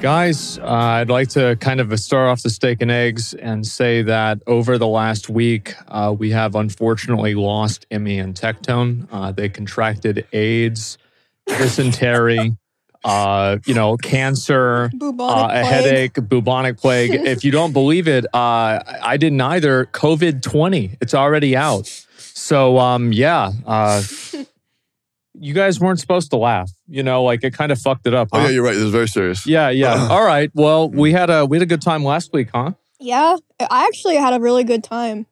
Guys, uh, I'd like to kind of start off the steak and eggs and say that over the last week, uh, we have unfortunately lost Emmy and Tectone. Uh, they contracted AIDS, dysentery, uh, you know, cancer, uh, Bubonic a plague. headache, bubonic plague. if you don't believe it, uh, I I didn't either. COVID 20, it's already out. So, um, yeah, uh, you guys weren't supposed to laugh. You know, like it kind of fucked it up. Oh huh? yeah, you're right. This is very serious. Yeah, yeah. All right. Well, we had a we had a good time last week, huh? Yeah, I actually had a really good time.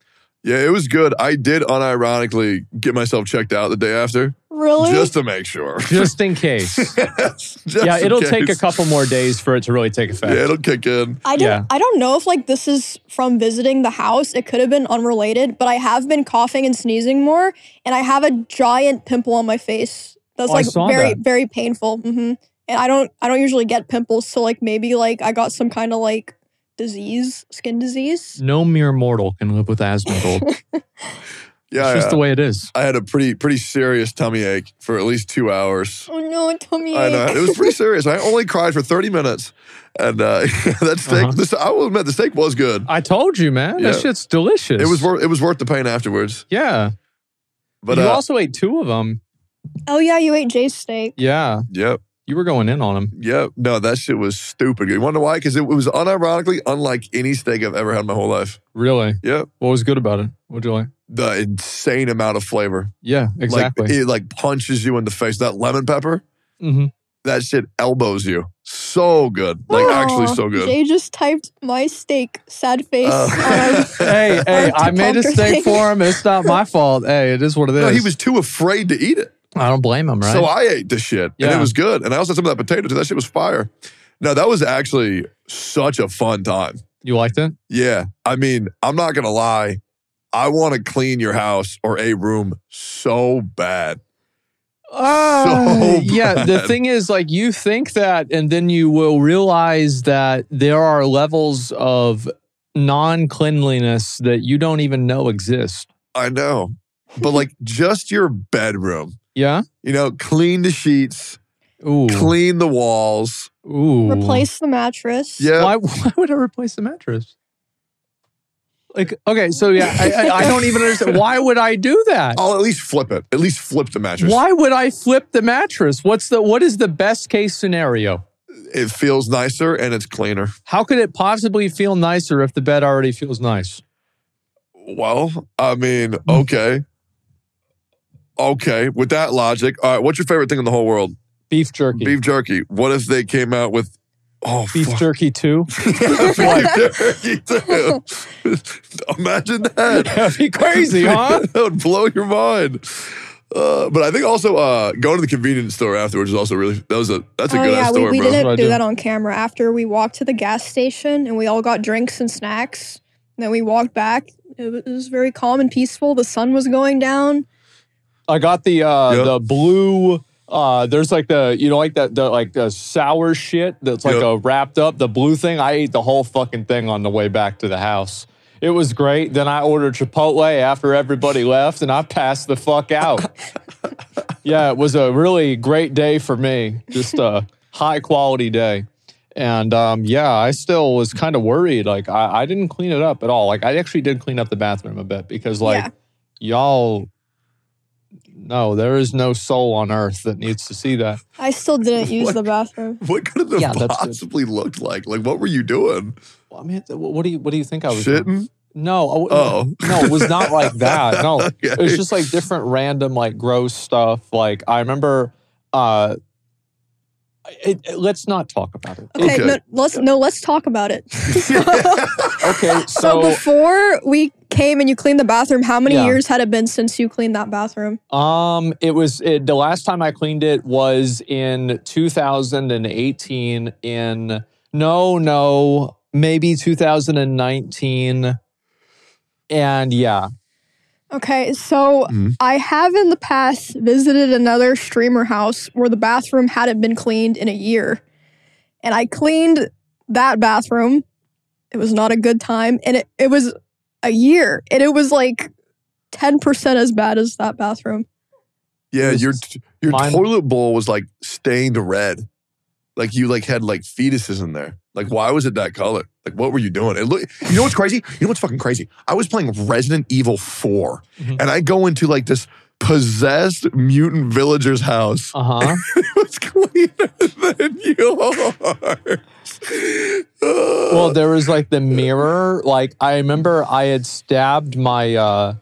Yeah, it was good. I did unironically get myself checked out the day after Really? just to make sure. Just in case. Just yeah, in it'll case. take a couple more days for it to really take effect. Yeah, it'll kick in. I don't. yeah. I don't know if like this is from visiting the house. It could have been unrelated, but I have been coughing and sneezing more, and I have a giant pimple on my face. That's Oh, I like saw very that. very painful. hmm And I don't. I don't usually get pimples, so like maybe like I got some kind of like disease, skin disease. No mere mortal can live with asthma. Gold. It's Yeah, just yeah. the way it is. I had a pretty pretty serious tummy ache for at least two hours. Oh no, tummy I know ache. it was pretty serious. I only cried for thirty minutes, and uh, that steak. Uh-huh. This I will admit, the steak was good. I told you, man. Yeah. That shit's delicious. It was worth it was worth the pain afterwards. Yeah. But you uh, also ate two of them. Oh yeah, you ate Jay's steak. Yeah. yep, You were going in on them. yep. No, that shit was stupid. You wonder why? Because it was unironically unlike any steak I've ever had in my whole life. Really? Yep, What was good about it? What'd you like? the insane amount of flavor. Yeah, exactly. Like, it like punches you in the face. That lemon pepper, hmm that shit elbows you. So good. Like actually Aw, so good. Jay just typed my steak sad face. Uh, on our- Hey, hey, I made a mistake for him. It's not my fault. Hey, it is what it is. no, he was too afraid to eat it. I don't blame him, right? So I ate the shit. And Yeah. it was good. And I also had some of that potato too. That shit was fire. No, that was actually such a fun time. you liked it? Yeah. I mean, I'm not gonna lie. I want to clean your house or a room so bad. Uh, So yeah, the bad. thing is, like, you think that, and then you will realize that there are levels of non cleanliness that you don't even know exist. I know. But like just your bedroom. Yeah. You know, clean the sheets, Ooh. clean the walls. Ooh. Replace the mattress. Yeah. Why? Why would I replace the mattress? Like, okay, so yeah, I, I, I don't even understand. Why would I do that? I'll at least flip it. At least flip the mattress. Why would I flip the mattress? What's the what is the best case scenario? It feels nicer and it's cleaner. How could it possibly feel nicer if the bed already feels nice? Well, I mean, Mm. okay. Okay, with that logic, all right, what's your favorite thing in the whole world? Beef jerky. Beef jerky. What if they came out with Oh, Beef fuck. jerky too. Beef jerky Oh, too. Imagine that. That'd be crazy, huh? that would blow your mind. Uh, but I think also uh, going to the convenience store afterwards is also really that was a that's a oh good yeah, ass we, story, we bro. What I didn't do do. that on camera. After we walked to the gas station and we all got drinks and snacks, and then we walked back. It was, it was very calm and peaceful. The sun was going down. I got the uh Yep. the blue uh there's like the you know like that the like the sour shit that's like Yep. a wrapped up the blue thing. I ate the whole fucking thing on the way back to the house. It was great. Then I ordered Chipotle after everybody left and I passed the fuck out. yeah, it was a really great day for me. Just a high quality day. And um, yeah, I still was kind of worried. Like I, I didn't clean it up at all. Like I actually did clean up the bathroom a bit because like Yeah. y'all no, there is no soul on earth that needs to see that. I still didn't use What? the bathroom. What could it have Yeah, that's good. possibly looked like? Like, what were you doing? Well, I mean, what do you what do you think I was? doing? Shitting? No, I w- Oh. no, it was not like that. No, it was Okay. just like different random like gross stuff. Like I remember. uh it, it- let's not talk about it. Okay, Okay. No, let's no, let's talk about it. Okay, So so before we came and you cleaned the bathroom, how many Yeah. years had it been since you cleaned that bathroom? um, it was it, the last time I cleaned it was in 2018. In no, no, maybe 2019. And yeah, Okay, so Mm-hmm. Mhm. I have in the past visited another streamer house where the bathroom hadn't been cleaned in a year. And I cleaned that bathroom. It was not a good time. And it, it was a year. And it was like 10% as bad as that bathroom. Yeah, It was your your mine- toilet bowl was like stained red. like you like had like fetuses in there. Like why was it that color? Like what were you doing? It look you know what's crazy? You know what's fucking crazy? I was playing Resident Evil 4 Mhm. and I go into like this possessed mutant villager's house. Uh huh. It was cleaner than yours. well, there was like the mirror. Like I remember, I had stabbed my. uh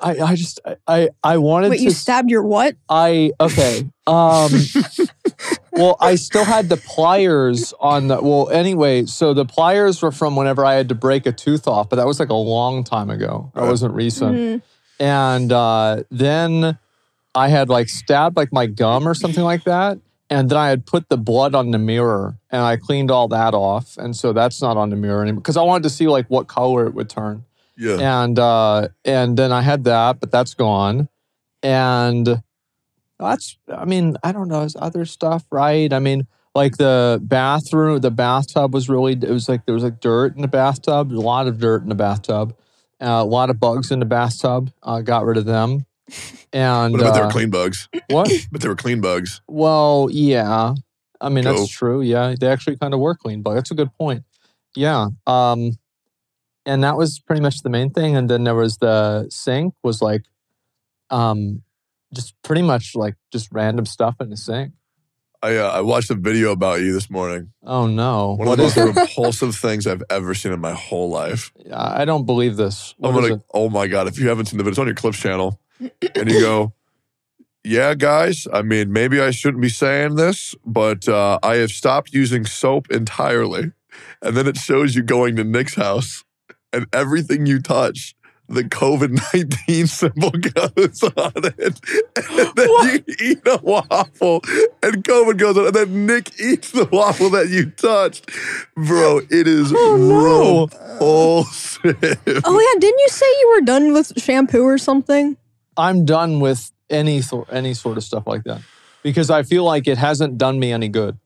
I, I just I- I I wanted Wait, to you stabbed your what? I okay. Um well, I still had the pliers on the well anyway, so the pliers were from whenever I had to break a tooth off, but that was like a long time ago. That Right. wasn't recent. Mm. And uh then I had like stabbed like my gum or something like that. And then I had put the blood on the mirror and I cleaned all that off. And so that's not on the mirror anymore. Because I wanted to see like what color it would turn yeah. and uh and then I had that, but that's gone. And that's I mean, I don't know, is other stuff, right? I mean, like the bathroom, the bathtub was really it was like there was like dirt in the bathtub, a lot of dirt in the bathtub. Uh, a lot of bugs in the bathtub. Uh, got rid of them. And What about their uh, clean bugs? what? But they were clean bugs. Well, yeah. I mean, Cool. that's true. Yeah. They actually kind of were clean, but that's a good point. Yeah. Um, and that was pretty much the main thing. And then there was the sink was like, um, just pretty much like just random stuff in the sink. I uh, I watched a video about you this morning. Oh no. One What of is the it? most repulsive things I've ever seen in my whole life. I I don't believe this. What I'm is gonna. it? Oh my god! If you haven't seen the video, it's on your Clips channel, and you go, "Yeah, guys. I mean, maybe I shouldn't be saying this, but uh, I have stopped using soap entirely." And then it shows you going to Nick's house, and everything you touch, the COVID nineteen symbol goes on it. And then you eat a waffle, and COVID goes on, and then Nick eats the waffle that you touched, bro. It is Oh, repulsive. Oh yeah, didn't you say you were done with shampoo or something? I'm done with any, sor- any sort of stuff like that because I feel like it hasn't done me any good.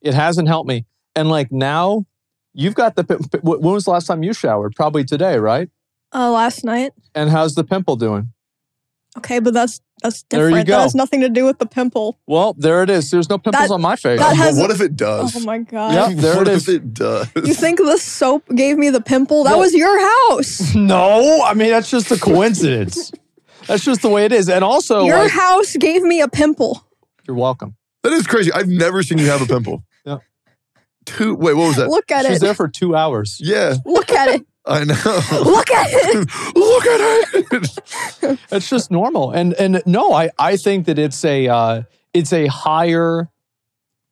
It hasn't helped me. And like now, you've got the. pim- pi- wh- When was the last time you showered? Probably today, right? Uh, last night. And how's the pimple doing? Okay, but that's that's There you different. go. That has nothing to do with the pimple. Well, there it is. There's no pimples That- on my face. that But has- what if it does? Oh my god. Yep, there what it if is. it does? You think the soap gave me the pimple? That Well- was your house. no, I mean that's just a coincidence. that's just the way it is. And also, your like, house gave me a pimple. you're welcome. that is crazy. I've never seen you have a pimple. Yeah. Two. Wait, what was that? Look at She was it. there for two hours. yeah, Look at it. I know. Look at it. Look at it. It's just normal. And and no, I I think that it's a uh, it's a higher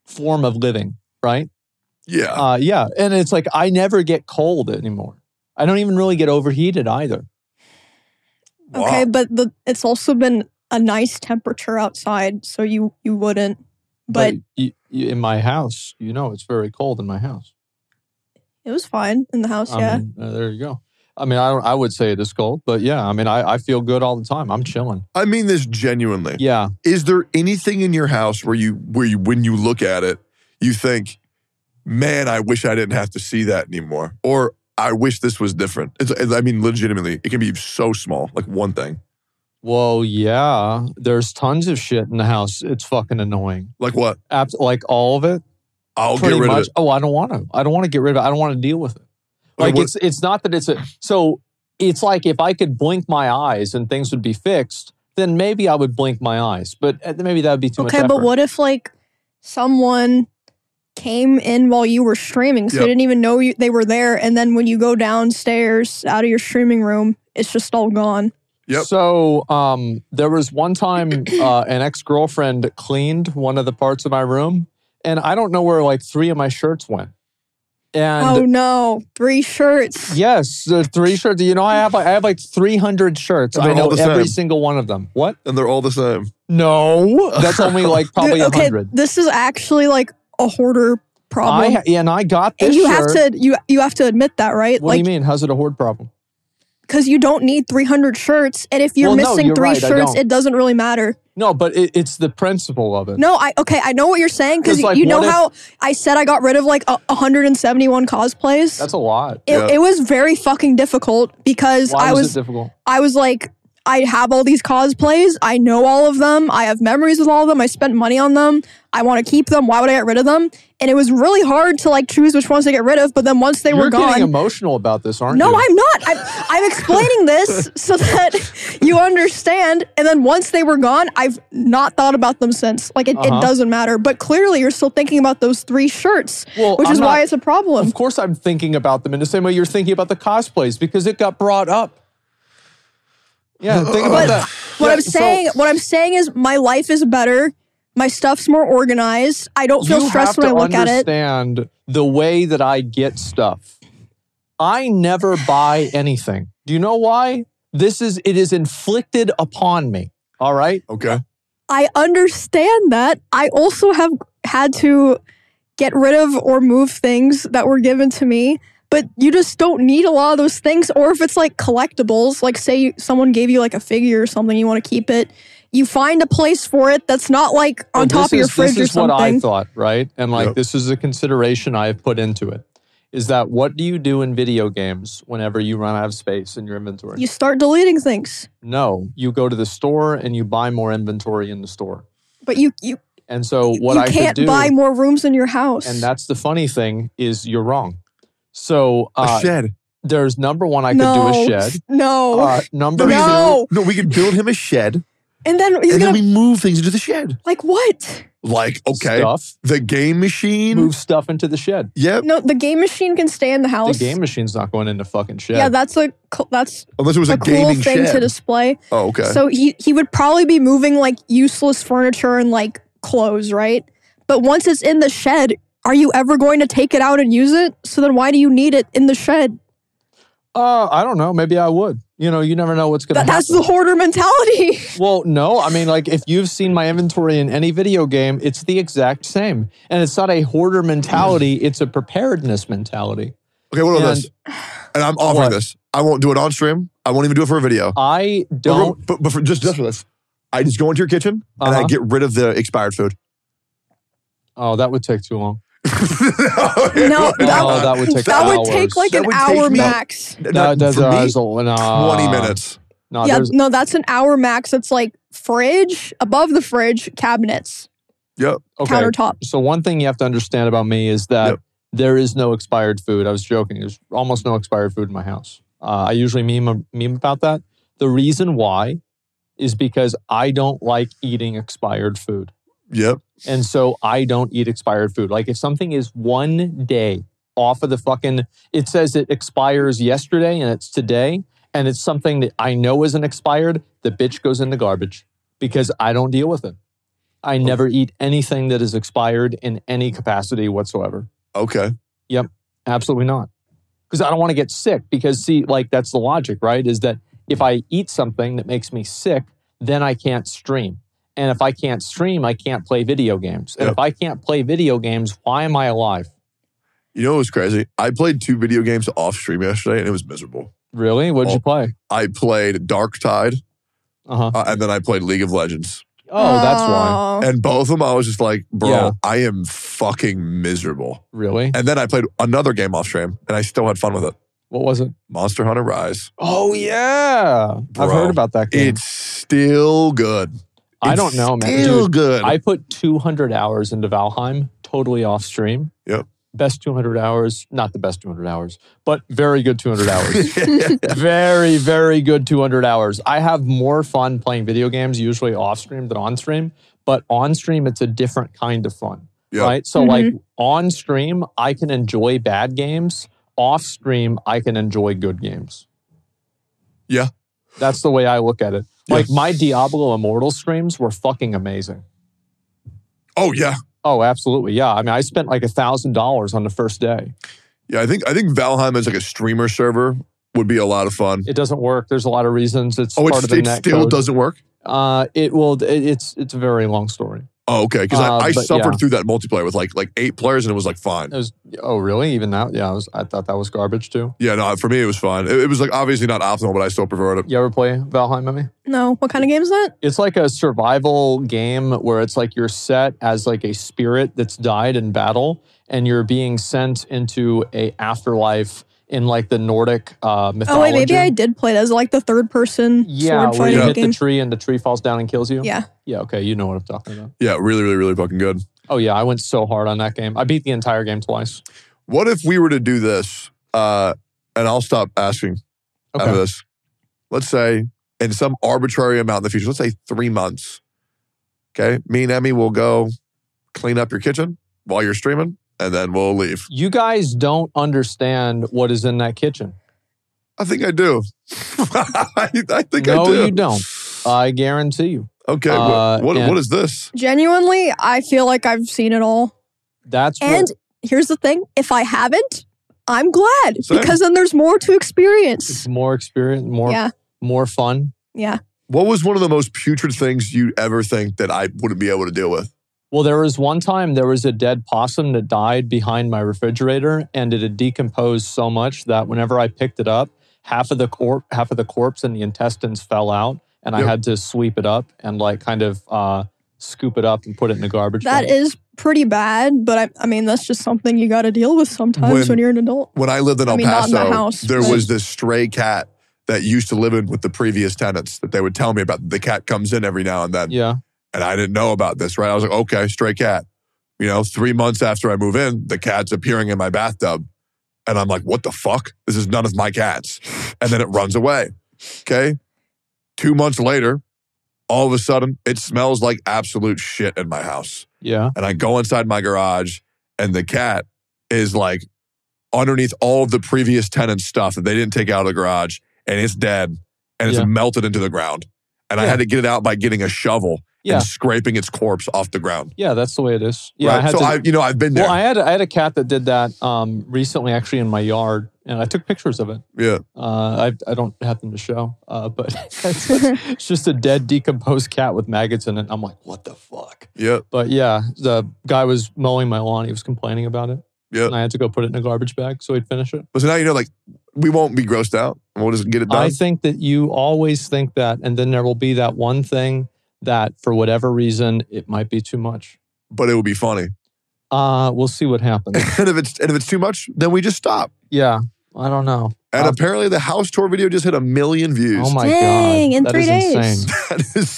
form of living, right? yeah. Uh, yeah, and it's like I never get cold anymore. I don't even really get overheated either. Okay, Wow. but the it's also been a nice temperature outside, so you you wouldn't. But, y- y- in my house, you know, it's very cold in my house. it was fine in the house. I yeah. mean, uh, there you go. I mean, I don't. I would say it is cold, but yeah, I mean, I, I feel good all the time. I'm chilling. I mean this genuinely. Yeah, Is there anything in your house where you where you when you look at it, you think, man, I wish I didn't have to see that anymore, or I wish this was different. It's, it's- I mean, legitimately, it can be so small, like one thing, well, yeah. There's tons of shit in the house. It's fucking annoying. like what? Abs- like all of it. I'll pretty get rid much. of it. Oh, I don't want to. I don't want to get rid of. it. I don't want to deal with it. Like Like, what- it's it's not that it's a so it's like if I could blink my eyes and things would be fixed, then maybe I would blink my eyes. But uh, maybe that would be too much. okay, but effort. what if like someone came in while you were streaming, so Yep. you didn't even know you, they were there, and then when you go downstairs out of your streaming room, it's just all gone. Yep. So um, there was one time uh, an ex girlfriend cleaned one of the parts of my room, and I don't know where like three of my shirts went. oh And no, three shirts. yes, the three shirts. You know, I have like, I have like three hundred shirts. And they're I know all the every same. single one of them. What? and they're all the same. No, that's only like Dude, probably a okay, hundred. this is actually like a hoarder I problem. ha- yeah, and I got this. and you shirt. have to you you have to admit that, right? What like do you mean? How's it a hoard problem? because you don't need 300 shirts and if you're Well, no, missing you're three right, I shirts don't. it doesn't really matter No, but it, it's the principle of it. no i okay i know what you're saying because 'Cause, like, you know what if- how i said i got rid of like a, 171 cosplays That's a lot. it, Yeah. it was very fucking difficult because Why i was, was it difficult? i was like I have all these cosplays. I know all of them. I have memories with all of them. I spent money on them. I want to keep them. Why would I get rid of them? And it was really hard to like choose which ones to get rid of. But then once they You're were getting gone, emotional about this, aren't no, you? I'm not. I'm, I'm explaining this so that you understand. And then once they were gone, I've not thought about them since. Like it, Uh-huh. it doesn't matter. But clearly, you're still thinking about those three shirts, Well, which I'm is why not- it's a problem. Of course, I'm thinking about them in the same way you're thinking about the cosplays because it got brought up. Yeah, think about But that. what Yeah, I'm so saying, what I'm saying is, my life is better. My stuff's more organized. I don't feel you stressed have when I to look at it. understand the way that I get stuff. I never buy anything. Do you know why? This is it is inflicted upon me. All right. Okay. I understand that. I also have had to get rid of or move things that were given to me, but you just don't need a lot of those things. Or if it's like collectibles, like say you, someone gave you like a figure or something, you want to keep it. You find a place for it that's not like on Well, top Oh, this of your is- fridge This is or something. what I thought, right? And like Yep. this is a consideration I have put into it. Is that what do you do in video games whenever you run out of space in your inventory? You start deleting things, No, you go to the store and you buy more inventory in the store. but you you, And so what you I can't could do, buy more rooms in your house. and that's the funny thing, is you're wrong. So uh, a shed. there's number one, I could no, do a shed. No, Uh, number No. two, No, we can build him a shed, and then he's and gonna then we move things into the shed. like what? Like, okay, stuff, the game machine. move stuff into the shed. Yep. No, the game machine can stay in the The house. game machine's not going into fucking shed. Yeah, that's a co- that's Unless it was a, a cool gaming thing shed. to display. oh, okay. So he he would probably be moving like useless furniture and like clothes, right? But once it's in the shed, are you ever going to take it out and use it? So then why do you need it in the shed? uh, I don't know. Maybe I would. You know, you never know what's going to That, happen. that's the hoarder mentality. Well, no. I mean, like, if you've seen my inventory in any video game, it's the exact same. And it's not a hoarder mentality, it's a preparedness mentality. okay, what about and- this? And I'm offering What? this. I won't do it on stream. I won't even do it for a video. I But- don't. But, but, for, just, just for this, I just go into your kitchen and I Uh-huh. get rid of the expired food. Oh, that would take too long. No, that- Oh, that would take that would hours. take like That an would take hour me- max. No, That- that's for me, uh, so- nah. 20 minutes. No, yeah, there's- no, that's an hour max. That's like fridge above the fridge, cabinets, okay. countertop. So, one thing you have to understand about me is that Yep. there is no expired food. I was joking. There's almost no expired food in my house. Uh, I usually meme, meme about that. The reason why is because I don't like eating expired food. Yep. And so I don't eat expired food. Like if something is one day off of the fucking, it says it expires yesterday and it's today, and it's something that I know isn't expired, the bitch goes in the garbage because I don't deal with it. I never eat anything that is expired in any capacity whatsoever. Okay. Absolutely not. Because I don't want to get sick. Because, see, like, that's the logic, right? Is that if I eat something that makes me sick, then I can't stream. And if I can't stream, I can't play video games. And Yep. if I can't play video games, why am I alive? You know what was crazy? I played two video games off stream yesterday and it was miserable. Really? What'd Oh. you play? I played Dark Tide Uh huh. uh, and then I played League of Legends. Oh, that's why. Oh. And both of them, I was just like, bro, Yeah. I am fucking miserable. Really? And then I played another game off stream and I still had fun with it What was it? Monster Hunter Rise. Oh, yeah. I've Bro, heard about that game. It's still good. I It's don't know, man. Still Dude, good. I put 200 hours into Valheim, totally off stream. Yep. Best 200 hours, not the best 200 hours, but very good 200 hours. very very good 200 hours i have more fun playing video games usually off stream than on stream but on stream it's a different kind of fun Yeah. right so like on stream i can enjoy bad games off stream i can enjoy good games Yeah. that's the way i look at it Yeah. like my diablo immortal streams were fucking amazing oh yeah. oh absolutely yeah i mean i spent like a thousand dollars on the first day Yeah, I think I think Valheim as like a streamer server would be a lot of fun. it doesn't work there's a lot of reasons it's Oh, part it's, of the it net still code. doesn't work. Uh, it will. It, it's it's a very long story. Oh, okay. Because Uh, I, I but suffered yeah. through that multiplayer with like like eight players and it was like fine. It was. Oh, really? Even that? Yeah. I was. I thought that was garbage too. Yeah, no, for me it was fine. It, it was like obviously not optimal, but I still preferred it. You ever play Valheim, Emmy? No, what kind of game is that? It's like a survival game where it's like you're set as like a spirit that's died in battle, and you're being sent into a afterlife in like the Nordic uh, mythology. Oh wait, maybe I did play that as like the third person yeah, sword where you fighting hit game. the tree and the tree falls down and kills you. yeah, Yeah. Okay. You know what I'm talking about. Yeah, really, really, really fucking good. Oh yeah, I went so hard on that game. I beat the entire game twice. What if we were to do this? Uh, and I'll stop asking Okay. after this. Let's say in some arbitrary amount in the future, let's say three months. Okay. Me and Emmy will go clean up your kitchen while you're streaming, and then we'll leave. You guys don't understand what is in that kitchen. I think I do. I, I think I no, do. you don't. I guarantee you. Okay. Uh, what, what, and- what is this? genuinely, I feel like I've seen it all. That's what, And here's the thing: if I haven't, I'm glad Same. because then there's more to experience. it's more experience, more Yeah, more fun. yeah. What was one of the most putrid things you ever think that I wouldn't be able to deal with? Well, there was one time there was a dead possum that died behind my refrigerator, and it had decomposed so much that whenever I picked it up, half of the corp, half of the corpse and the intestines fell out, and Yep. I had to sweep it up and like kind of uh, scoop it up and put it in the garbage. That bin. is pretty bad, but I, I mean that's just something you got to deal with sometimes When- when, you're an adult. When I lived in El I mean, not in Paso, the house, there but- was this stray cat that used to live in with the previous tenants that they would tell me about. The cat comes in every now and then. yeah. and I didn't know about this, right? I was like, okay, stray cat. You know, three months after I move in, the cat's appearing in my bathtub. And I'm like, what the fuck? This is none of my cats. And then it runs away. Okay. Two months later, all of a sudden, it smells like absolute shit in my house. Yeah. And I go inside my garage, and the cat is like underneath all of the previous tenant's stuff that they didn't take out of the garage, and it's dead and it's Yeah. melted into the ground. And I Yeah. had to get it out by getting a shovel Yeah. and scraping its corpse off the ground. Yeah. That's the way it is. Yeah. I right? had so to, I, you know, I've been there. well, I had I had a cat that did that um, recently, actually, in my yard, and I took pictures of it. yeah, Uh, I I don't have them to show, uh, but it's, it's just a dead, decomposed cat with maggots in it. I'm like, what the fuck? yeah. But yeah, the guy was mowing my lawn. He was complaining about it. Yeah. And I had to go put it in a garbage bag so he'd finish it. But so now you know, like, we won't be grossed out. We'll just get it done. I think that you always think that, and then there will be that one thing that, for whatever reason, it might be too much. but it would be funny. Uh, we'll see what happens. and if it's and if it's too much, then we just stop. yeah. I don't know. And Um, apparently, the house tour video just hit a million views. Oh my Dang, god. in That is three days. insane. That is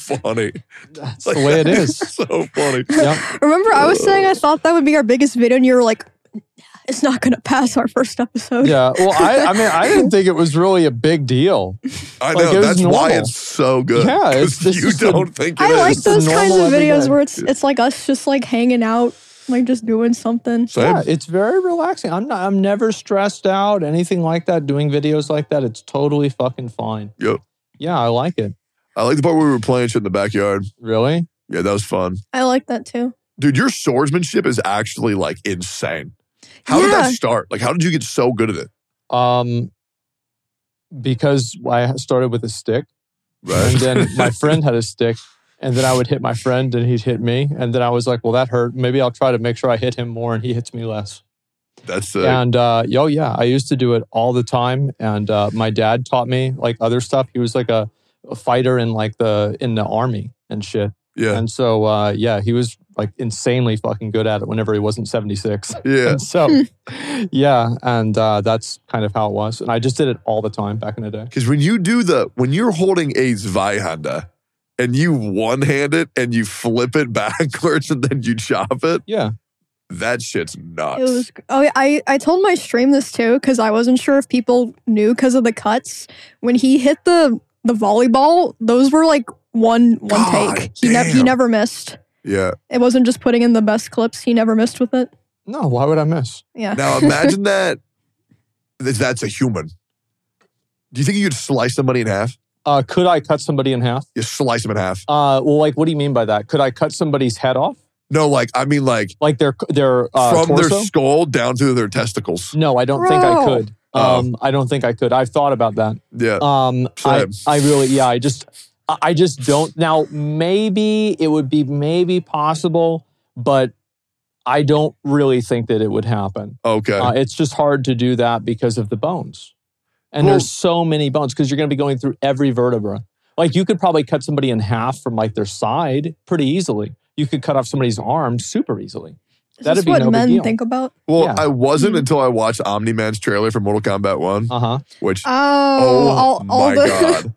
so funny. That's the way it is. so funny. Yep. Remember, I was saying I thought that would be our biggest video, and you were like, "It's not gonna pass our first episode." Yeah. Well, I, I mean, I didn't think it was really a big deal. I Like, know. it was that's why normal. it's so good. Yeah, it's- 'Cause it's you just a- don't think it I is. like It's a those kinds normal of videos everyday. where it's it's like us just like hanging out, like just doing something. Same. Yeah, it's very relaxing. I'm not. I'm never stressed out. Anything like that. Doing videos like that. It's totally fucking fine. Yep. Yeah, I like it. I like the part where we were playing shit in the backyard. Really. Yeah, that was fun. I like that too. Dude, your swordsmanship is actually like insane. How did Yeah. that start? Like, how did you get so good at it? Um, because I started with a stick, Right. and then my friend had a stick, and then I would hit my friend, and he'd hit me, and then I was like, well, that hurt. Maybe I'll try to make sure I hit him more, and he hits me less. That's the And uh, yo, yeah, I used to do it all the time. And uh, my dad taught me like other stuff. He was like a, a fighter in like the in the army and shit. yeah. And so uh, yeah, he was like insanely fucking good at it whenever he wasn't seventy six. yeah. And so yeah, and uh, that's kind of how it was. And I just did it all the time back in the day. Because when you do the when you're holding a Zweihanda and you one hand it and you flip it backwards and then you chop it, Yeah, that shit's nuts. It was. Oh, yeah, I I told my stream this too because I wasn't sure if people knew because of the cuts when he hit the the volleyball. Those were like one one God take. He never he damn. never missed. yeah. It wasn't just putting in the best clips. He never missed with it. no, why would I miss? Yeah. Now imagine that that- that's a human. Do you think you could slice somebody in half? Uh, could I cut somebody in half? You slice them in half. Uh, well, like, what do you mean by that? Could I cut somebody's head off, No, like I mean like like their their uh, from torso? their skull down to their testicles. No, I don't think I Bro. could. Oh. Um, I don't think I could. I've thought about that. Yeah. Um, I, Same. I really, yeah, I just, I I just don't. Now, maybe it would be maybe possible, but I don't really think that it would happen. Okay. Uh, it's just hard to do that because of the bones, and Well- there's so many bones because you're going to be going through every vertebra. Like you could probably cut somebody in half from like their side pretty easily. You could cut off somebody's arm super easily. Is That'd this be what no big men deal. think about? Well, Yeah. I wasn't Hmm. until I watched Omni Man's trailer for Mortal Kombat One, Uh huh. which Oh, all, all my the, god,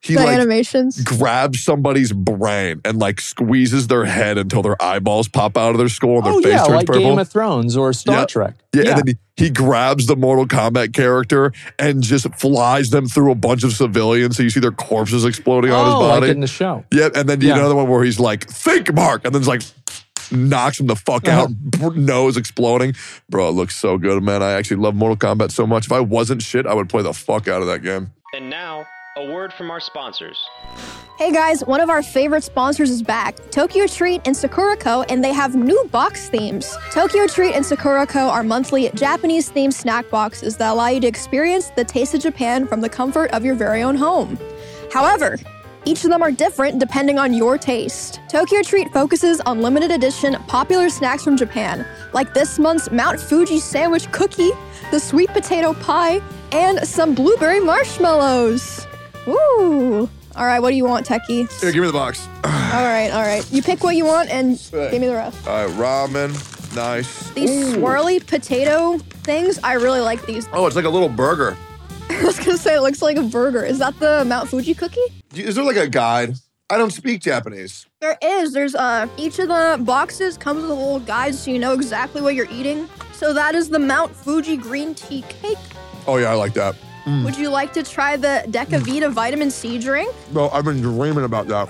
he the like animations. grabs somebody's brain and like squeezes their head until their eyeballs pop out of their skull and their Oh face yeah, turns like purple. Game of Thrones or Star Yeah. Trek. yeah, and then he, he grabs the Mortal Kombat character and just flies them through a bunch of civilians, so you see their corpses exploding on his oh, body. like in the show. Yeah, and then you Yeah. another one where he's like, "Think, Mark," and then it's like knocks him the fuck Uh-huh. out, br- nose exploding. Bro, it looks so good, man. I actually love Mortal Kombat so much. If I wasn't shit, I would play the fuck out of that game. And now, a word from our sponsors. Hey guys, one of our favorite sponsors is back, Tokyo Treat and Sakurako, and they have new box themes. Tokyo Treat and Sakurako are monthly Japanese themed snack boxes that allow you to experience the taste of Japan from the comfort of your very own home. However, each of them are different depending on your taste. Tokyo Treat focuses on limited edition popular snacks from Japan, like this month's Mount Fuji sandwich cookie, the sweet potato pie, and some blueberry marshmallows. Ooh. All right, what do you want, Techie? Here, give me the box. All All right, all right. You pick what you want and Sick. give me the rest. right, ramen, nice. These Ooh. swirly potato things, I really like these. Oh, it's like a little burger. I was gonna say it looks like a burger. Is that the Mount Fuji cookie? Is there like a guide? I don't speak Japanese. There is. There's uh each of the boxes comes with a little guide so you know exactly what you're eating. So that is the Mount Fuji green tea cake. Oh yeah, I like that. Would you like to try the Deca Hmm. Vita vitamin C drink? Bro, I've been dreaming about that.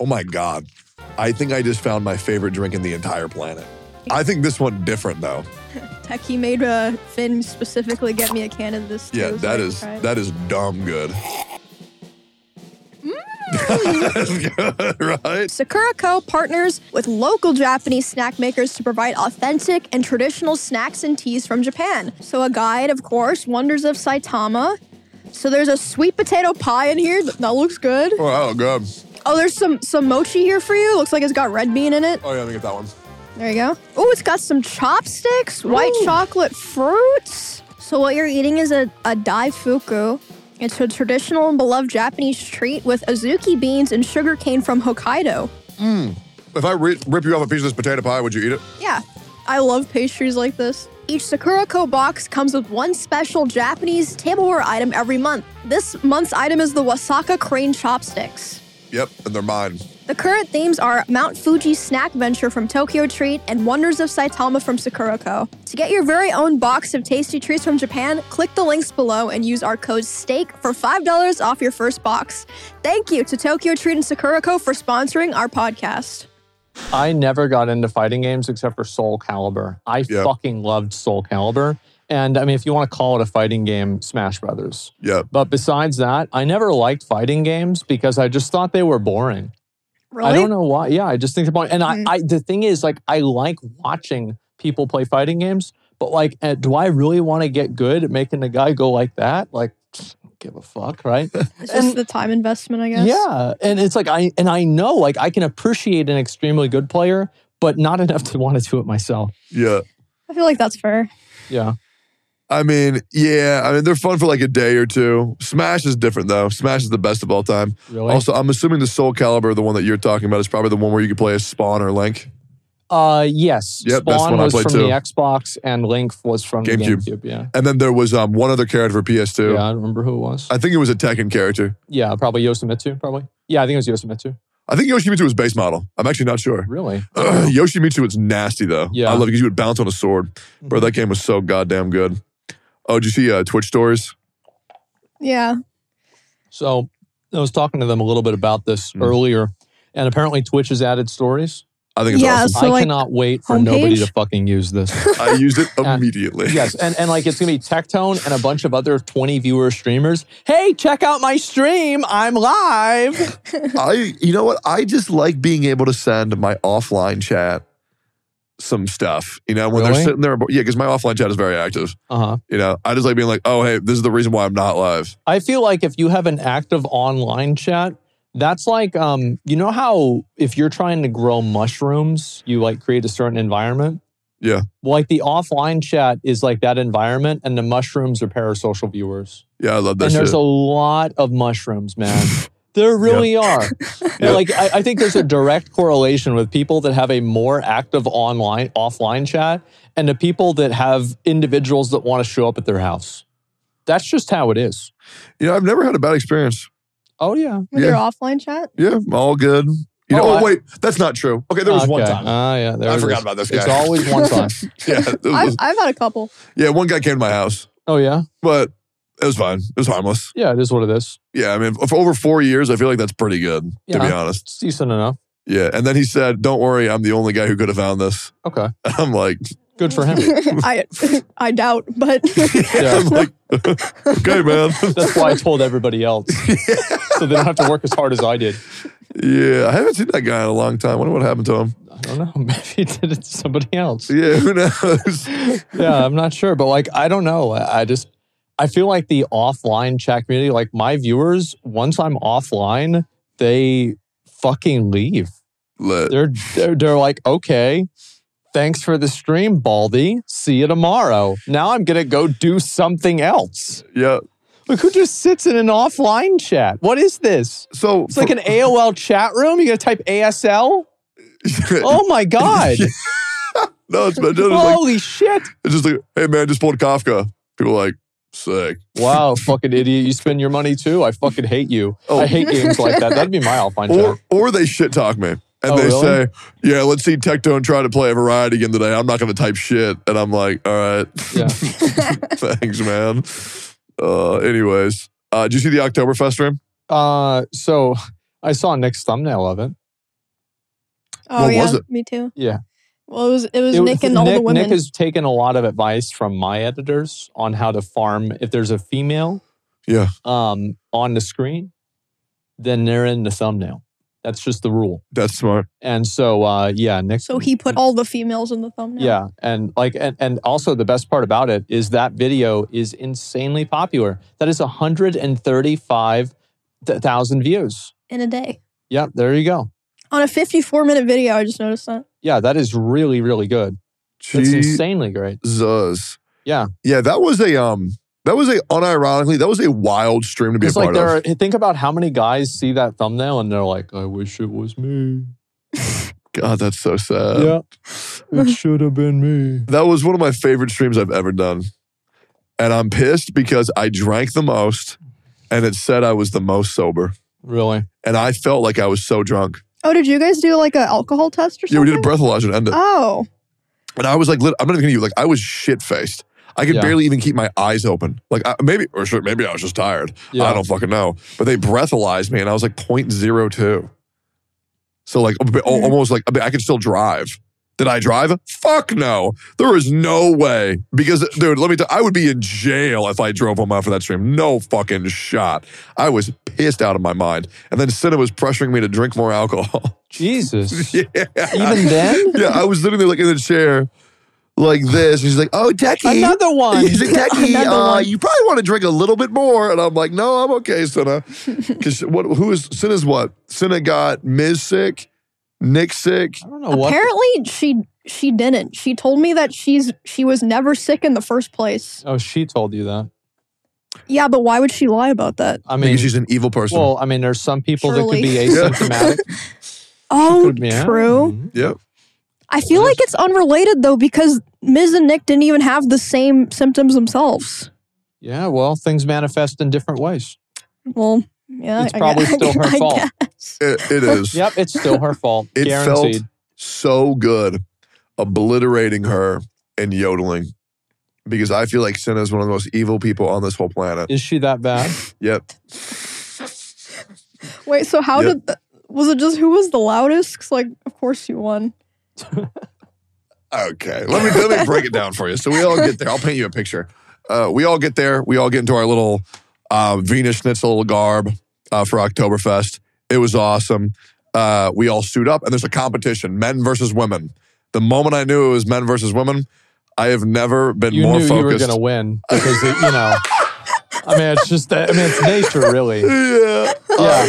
Oh my god. I think I just found my favorite drink in the entire planet. I think this one different though. Techie made uh, Finn specifically get me a can of this. Yeah, that is that is dumb good. That's good, right? Sakura Co. partners with local Japanese snack makers to provide authentic and traditional snacks and teas from Japan. So, a guide, of course, Wonders of Saitama. So, there's a sweet potato pie in here. Th- That looks good. Oh, good. Oh, there's some, some mochi here for you. Looks like it's got red bean in it. Oh yeah, let me get that one. There you go. Oh, it's got some chopsticks, white chocolate fruits. So what you're eating is a, a daifuku. It's a traditional and beloved Japanese treat with azuki beans and sugar cane from Hokkaido. If I ri rip you off a piece of this potato pie, would you eat it? Yeah, I love pastries like this. Each Sakurako box comes with one special Japanese tableware item every month. This month's item is the Wasaka crane chopsticks. Yep, and they're mine. The current themes are Mount Fuji Snack Venture from Tokyo Treat and Wonders of Saitama from Sakurako. To get your very own box of tasty treats from Japan, click the links below and use our code STEAK for $5 off your first box. Thank you to Tokyo Treat and Sakurako for sponsoring our podcast. I never got into fighting games except for Soul Calibur. I Yeah. fucking loved Soul Calibur. And I mean, if you want to call it a fighting game, Smash Brothers. Yep. But besides that, I never liked fighting games because I just thought they were boring. Really? I don't know why. Yeah, I just think the point. And Mhm. I, I, the thing is, like, I like watching people play fighting games, but like, eh, do I really want to get good at making a guy go like that? Like, give a fuck, right? It's just just And- the time investment, I guess. Yeah, and it's like I and I know like I can appreciate an extremely good player, but not enough to want to do it myself. Yeah. I feel like that's fair. Yeah, I mean, yeah. I mean, they're fun for like a day or two. Smash is different though. Smash is the best of all time. really. Also, I'm assuming the Soul Calibur, the one that you're talking about, is probably the one where you could play as Spawn or Link. uh, yes, Yep, that's Spawn one I was played from too. the Xbox, and Link was from GameCube. the GameCube. Yeah, And then there was um, one other character for PS2. yeah, I don't remember who it was. I think it was a Tekken character. yeah, probably Yoshimitsu. Probably. Yeah, I think it was Yoshimitsu. I think Yoshimitsu was base model. I'm actually not sure. Really? Yoshimitsu was nasty though. Yeah. I love it because you would bounce on a sword. Bro, that game was so goddamn good. Oh, did you see uh, Twitch stories? Yeah. So I was talking to them a little bit about this Hmm. earlier, and apparently Twitch has added stories. I think it's Yeah, awesome. So, I like, cannot wait for nobody homepage? to fucking use this. I used it Uh, immediately. yes, and, and like it's gonna be Tectone and a bunch of other twenty viewer streamers. Hey, check out my stream! I'm live. I you know what? I just like being able to send my offline chat some stuff. You know, when Really? they're sitting there yeah, because my offline chat is very active. Uh huh. You know, I just like being like, oh hey, this is the reason why I'm not live. I feel like if you have an active online chat, that's like um, you know how if you're trying to grow mushrooms, you like create a certain environment. Yeah. Well, like the offline chat is like that environment, and the mushrooms are parasocial viewers. Yeah, I love that and shit. there's a lot of mushrooms, man. There really are. Yeah. Like I, I think there's a direct correlation with people that have a more active online offline chat and the people that have individuals that want to show up at their house. That's just how it is. You know, I've never had a bad experience. Oh yeah. With your offline chat? Yeah, all good. You know, Oh, oh, I- wait, that's not true. Okay, there was one Okay. time. Ah, yeah. There I it forgot is. about this It's guy. always one time. yeah, it I've, was, I've had a couple. yeah, one guy came to my house, Oh yeah. but it was fine. It was harmless. Yeah, it is what it is. Yeah, I mean, for over four years, I feel like that's pretty good, to be Yeah. honest. It's decent enough. Yeah, and then he said, "Don't worry, I'm the only guy who could have found this." Okay. And I'm like, Good for him. I I doubt, but Yeah. I'm like, okay, man. That's why I told everybody else. So they don't have to work as hard as I did. yeah, I haven't seen that guy in a long time. I wonder what happened to him. I don't know. Maybe he did it to somebody else. Yeah, who knows? yeah, I'm not sure, but like I don't know. I I just I feel like the offline chat community, like my viewers, once I'm offline, they fucking leave. Lit. They're they're, they're like, okay, thanks for the stream, Baldy. See you tomorrow. Now I'm gonna go do something else. Yeah. Like who just sits in an offline chat? What is this? So It's like an AOL chat room. You gotta type ASL. Oh my god! Oh. no, it's, it's, just like, Holy shit! it's just like, hey man, just pulled Kafka. People are like, sick. Wow, fucking idiot. You spend your money too. I fucking hate you. Oh. I hate games like that. That'd be my offline Or chat. or they shit talk me. And Oh, they really? say, Yeah, let's see Tectone try to play a variety again today. I'm not gonna type shit. And I'm like, all right. Yeah. Thanks, man. Uh anyways. Uh did you see the Oktoberfest stream? Uh, so I saw next thumbnail of it. oh What yeah, was it? me too. Yeah. Well, it was it was It was- Nick and all the women. Nick has taken a lot of advice from my editors on how to farm. If there's a female Yeah. um, on the screen, then they're in the thumbnail. That's just the rule. That's smart. And so, uh, yeah, Nick. so he put all the females in the thumbnail. Yeah, and like, and, and also the best part about it is that video is insanely popular. That is 135,000 views. in a day Yep, there you go. on a 54 minute video. I just noticed that. Yeah, that is really, really good. That's Jesus. insanely great. Yeah. Yeah, that was a um that was a unironically, that was a wild stream to be a It's like part there. Are, of. think about how many guys see that thumbnail and they're like, "I wish it was me." God, that's so sad. yeah, it should have been me. That was one of my favorite streams I've ever done. And I'm pissed because I drank the most and it said I was the most sober. Really? And I felt like I was so drunk. Oh, did you guys do like an alcohol test or Yeah, we something? did a breathalyzer and, Oh, and I was like, lit- I'm not even gonna you, like, I was shit faced. I could Yeah. barely even keep my eyes open. Like, I, maybe, or sure, maybe I was just tired. Yeah. I don't fucking know. But they breathalyzed me and I was like 0.02. So, like, a bit- al- Mhm. almost like I, mean, I could still drive. Did I drive? Fuck no. There is no way. Because, dude, let me tell I would be in jail if I drove home after that stream. No fucking shot. I was pissed out of my mind. And then Cinna was pressuring me to drink more alcohol. Jesus. yeah. Even then, yeah, I was sitting there like in the chair like this. And she's like, oh, Decky. another one. He's like, Becky, Another uh, one. you probably want to drink a little bit more. And I'm like, no, I'm okay, Senna. Because what? Who is Senna's what? Senna got Miz sick, Nick sick. I don't know what. apparently she she didn't. She told me that she's she was never sick in the first place. Oh, she told you that. Yeah, but why would she lie about that? I I mean, mean, she's an evil person. well, I mean, there's some people Surely. that Yeah. could be asymptomatic. Oh, Could be, yeah. true. Mhm. yep. I feel like it's unrelated though because Miz and Nick didn't even have the same symptoms themselves. Yeah, well, things manifest in different ways. Well, yeah, It's probably gue- still her I fault. guess. It, it is Yep, it's still her fault. It felt- guaranteed. so good obliterating her and yodeling because I feel like Senna is one of the most evil people on this whole planet. Is she that bad? Yep. Wait, so how Yep. did the, was it? Just who was the loudest? 'Cause, like, of course you won. Okay. Let me let me break it down for you. So we all get there. I'll paint you a picture. Uh, we all get there. We all get into our little uh, Venus Schnitzel garb uh, for Oktoberfest. It was awesome. Uh, we all suit up, and there's a competition: men versus women. The moment I knew it was men versus women, I have never been You more knew you were focused. going to win because, it, you know, I mean, it's just that, I mean, it's nature, really. yeah. Yeah.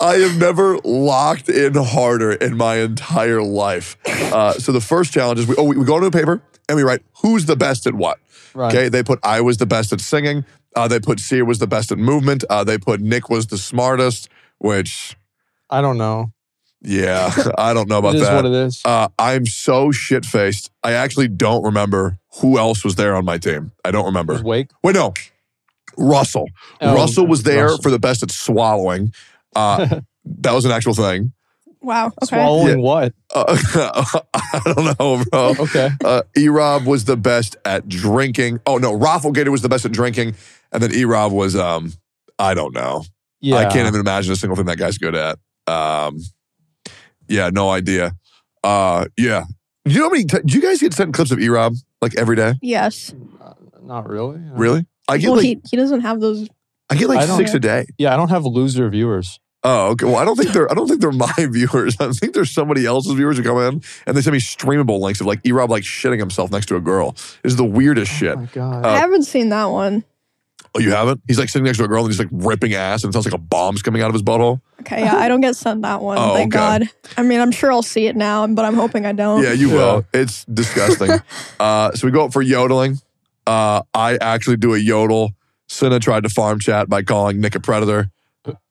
I have never locked in harder in my entire life. Uh, so the first challenge is we oh we, we go into a paper and we write who's the best at what. Right. Okay, they put I was the best at singing. Uh, they put Sear was the best at movement. Uh, they put Nick was the smartest. which, I don't know. yeah, I don't know about it is that. what it is. Uh, I'm so shit faced. I actually don't remember who else was there on my team. I don't remember. Just wake. Wait, no. Russell. Mm-hmm. Oh, Russell was there Russell. for the best at swallowing. Uh, that was an actual thing. Wow. Okay. Swallowing what? Uh, I don't know, bro. Okay. Uh, E Rob was the best at drinking. Oh, no. Rafflegator was the best at drinking. And then E Rob was, um, I don't know. Yeah. Uh, I can't even imagine a single thing that guy's good at. Um, yeah, no idea. Uh, yeah. Do you know how many? T- do you guys get sent clips of E Rob like every day? Yes. Uh, Not really. I- Really? I get well, like he, he doesn't have those. I get like I don't- six a day. Yeah, I don't have loser viewers. Oh, okay. Well, I don't think they're I don't think they're my viewers. I think they're somebody else's viewers who come in and they send me streamable links of like E Rob like shitting himself next to a girl. This is the weirdest shit. Oh my god. Uh, I haven't seen that one. Oh, you haven't? He's like sitting next to a girl and he's like ripping ass and it sounds like a bomb's coming out of his butthole. Okay. Yeah, I don't get sent that one. Oh, thank okay. God. I mean, I'm sure I'll see it now, but I'm hoping I don't. Yeah, you Yeah. will. It's disgusting. uh, so we go up for yodeling. Uh, I actually do a yodel. Cinna tried to farm chat by calling Nick a predator.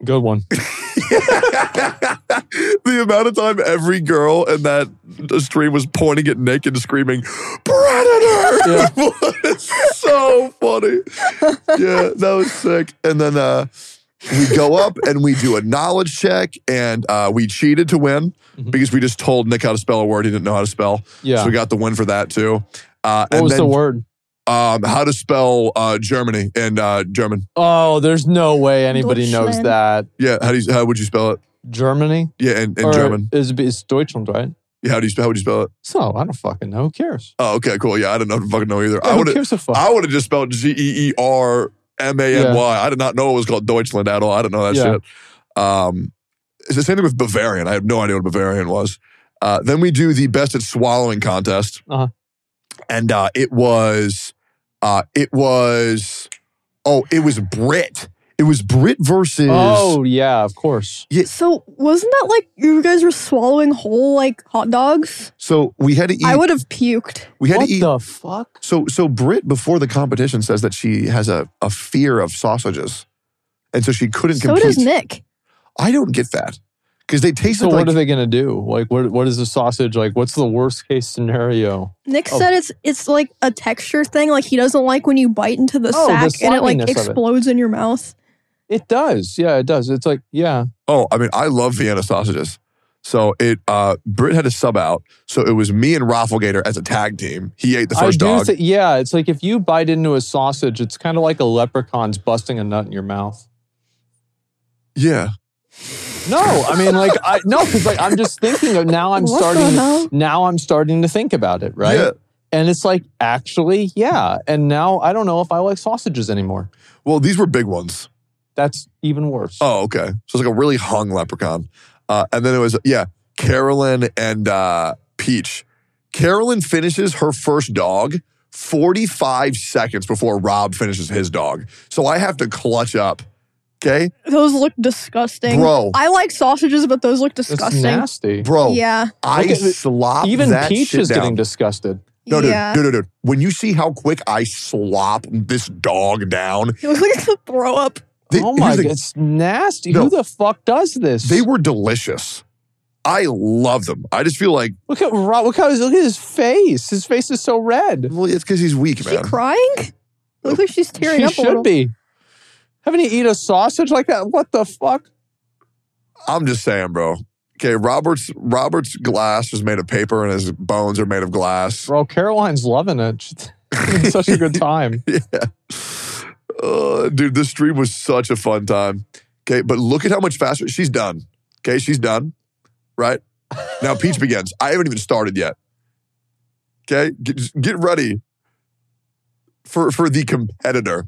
Good one. the amount of time every girl in that stream was pointing at Nick and screaming, Predator! Yeah. was so funny. Yeah, that was sick. And then uh, we go up and we do a knowledge check, and uh, we cheated to win Mhm. because we just told Nick how to spell a word he didn't know how to spell. Yeah. So we got the win for that too. Uh, what and was then the word? um, how to spell uh, Germany in uh, German. Oh, there's no way anybody knows Deutschland. that. Yeah, how do you, how would you spell it? Germany? Yeah, in, in Or German. Is it's Deutschland, right? Yeah, how do you spell? How would you spell it? So I don't fucking know. Who cares? Oh, okay, cool. Yeah, I don't know, fucking know either. Yeah, I who would have, gives a fuck? I would have just spelled G E E R M A N Y. I did not know it was called Deutschland at all. I didn't know that Yeah. shit. Um, it's the same thing with Bavarian. I have no idea what Bavarian was. Uh, then we do the best at swallowing contest, Uh-huh. and uh, it was, uh, it was, oh, it was Brit. It was Brit versus. oh yeah, of course. So wasn't that like you guys were swallowing whole like hot dogs? So we had to eat. I would have puked. we had what to eat. the fuck? So so Brit before the competition says that she has a, a fear of sausages. And so she couldn't So compete. does Nick. I don't get that. Because they tasted So like what are they gonna do? Like what what is the sausage like? What's the worst case scenario? Nick Oh. said it's it's like a texture thing. Like he doesn't like when you bite into the Oh, the sack and it like sliminess of it. explodes in your mouth. It does. Yeah, it does. It's like, yeah. Oh, I mean, I love Vienna sausages. So it uh Brit had a sub out. So it was me and Rafflegator as a tag team. He ate the I do first dog. thi- yeah, it's like if you bite into a sausage, it's kind of like a leprechaun's busting a nut in your mouth. yeah. No, I mean like I no, because like I'm just thinking of now I'm What the starting hell? now I'm starting to think about it, right? Yeah. And it's like actually, yeah. And now I don't know if I like sausages anymore. Well, these were big ones. That's even worse. Oh, okay. So it's like a really hung leprechaun. Uh, and then it was, yeah, Carolyn and uh, Peach. Carolyn finishes her first dog 45 seconds before Rob finishes his dog. So I have to clutch up. Okay. Those look disgusting. Bro. Oh. I like sausages, but those look That's disgusting. nasty. Bro, Yeah. I Look at the- slop Even that Peach shit is down. getting disgusted. no, dude, yeah. dude, dude, dude. When you see how quick I slop this dog down, It looks like it's a throw up. they- oh here's my the god, thing. it's nasty. No. Who the fuck does this? they were delicious. I love them. I just feel like, look at Rob. Look, how, look at his face. His face is so red. well, it's because he's weak, Is she man. crying? Looks like she's tearing He up a little. should be. Haven't he eat a sausage like that? What the fuck? I'm just saying, bro. Okay, Robert's Robert's glass is made of paper and his bones are made of glass. Bro, Caroline's loving it. She's having such a good time. yeah. Uh, dude, this stream was such a fun time. Okay, but look at how much faster she's done. Okay, she's done. Right? Now Peach begins. I haven't even started yet. Okay? Get, get ready for for the competitor.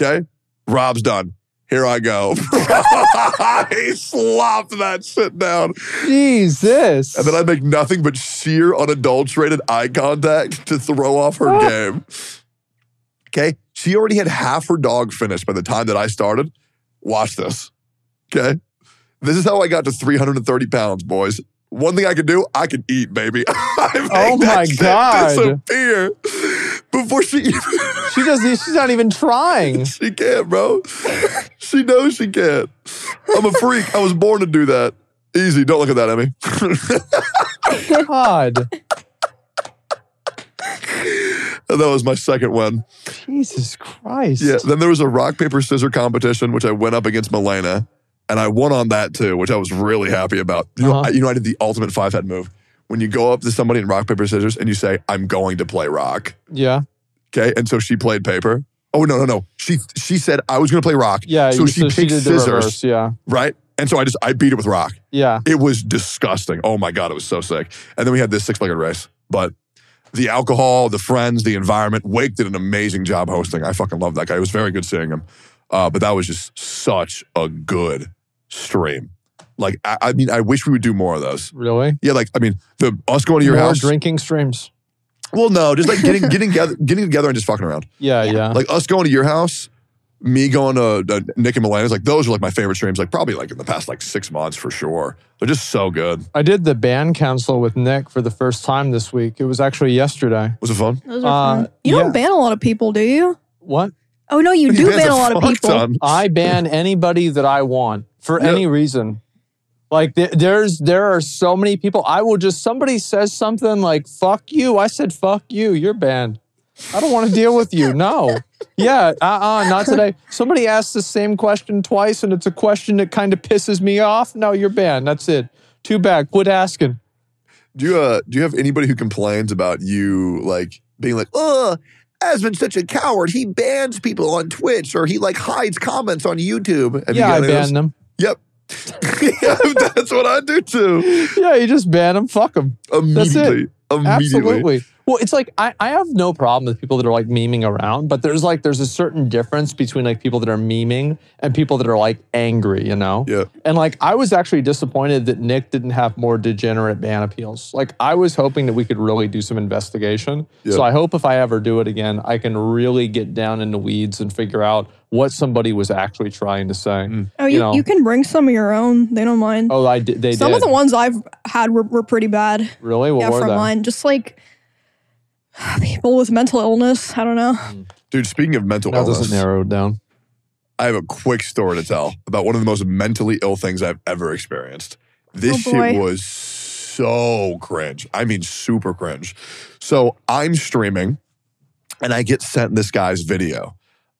Okay? Rob's done. Here I go. I slopped that shit down. Jesus. And then I make nothing but sheer unadulterated eye contact to throw off Ah. her game. Okay. She already had half her dog finished by the time that I started. Watch this. Okay. This is how I got to 330 pounds, boys. One thing I can do, I can eat, baby. I make Oh that my shit God. Disappear. before she even She doesn't. She's not even trying. she can't, bro. She knows she can't. I'm a freak. I was born to do that. Easy. Don't look at that, Emmy. God, that was my second one. Jesus Christ. Yeah. Then there was a rock paper scissor competition, which I went up against Milena, and I won on that too, which I was really happy about. You know, Uh-huh. I, you know, I did the ultimate five head move. When you go up to somebody in rock paper scissors and you say, "I'm going to play rock," Yeah. okay, and so she played paper. Oh no, no, no. She she said I was going to play rock, Yeah. So you- she picked did the scissors. reverse. Yeah. right? And so I just I beat it with rock. Yeah. It was disgusting. Oh my god, it was so sick. And then we had this six legged race, but the alcohol, the friends, the environment. Wake did an amazing job hosting. I fucking love that guy. It was very good seeing him. Uh, but that was just such a good stream. Like I, I mean, I wish we would do more of those. Really. Yeah, like I mean, the us going to your More house. drinking streams. Well, no, just like getting getting together, getting together and just fucking around. Yeah. Yeah. Like us going to your house, me going to uh, Nick and Milena's. Like those are like my favorite streams. Like probably like in the past like six months for sure. They're just so good. I did the band council with Nick for the first time this week. It was actually yesterday. Was it fun? Those Uh, are fun. You don't yeah. ban a lot of people, do you? What? Oh no, you He do bans ban a lot of fuck people. ton. I ban anybody that I want for Yeah. any reason. Like th- there's there are so many people. I will just somebody says something like "fuck you." I said "fuck you." You're banned. I don't want to deal with you. No. Yeah. Uh. uh Not today. Somebody asked the same question twice, and it's a question that kind of pisses me off. No, you're banned. That's it. Too bad. Quit asking. Do you uh, do you have anybody who complains about you like being like, ugh, Asmund's such a coward. He bans people on Twitch or he like hides comments on YouTube. Have you yeah, got I any of those? ban them. Yep. That's what I do too. Yeah, you just ban them. Fuck them. Immediately. Immediately. Absolutely. Well, it's like I, I have no problem with people that are like memeing around, but there's like there's a certain difference between like people that are memeing and people that are like angry, you know? Yeah. And like I was actually disappointed that Nick didn't have more degenerate ban appeals. Like I was hoping that we could really do some investigation. Yeah. So I hope if I ever do it again, I can really get down in the weeds and figure out what somebody was actually trying to say. Mm. Oh, You you, you, know. can bring some of your own. They don't mind. Oh, I did. They some did. of the ones I've had were, were pretty bad. really? What yeah, were from they? mine, just like people with mental illness. I don't know. Dude, speaking of mental That doesn't illness, narrow it down. I have a quick story to tell about one of the most mentally ill things I've ever experienced. This Oh, shit boy. was so cringe. I mean, super cringe. So I'm streaming and I get sent this guy's video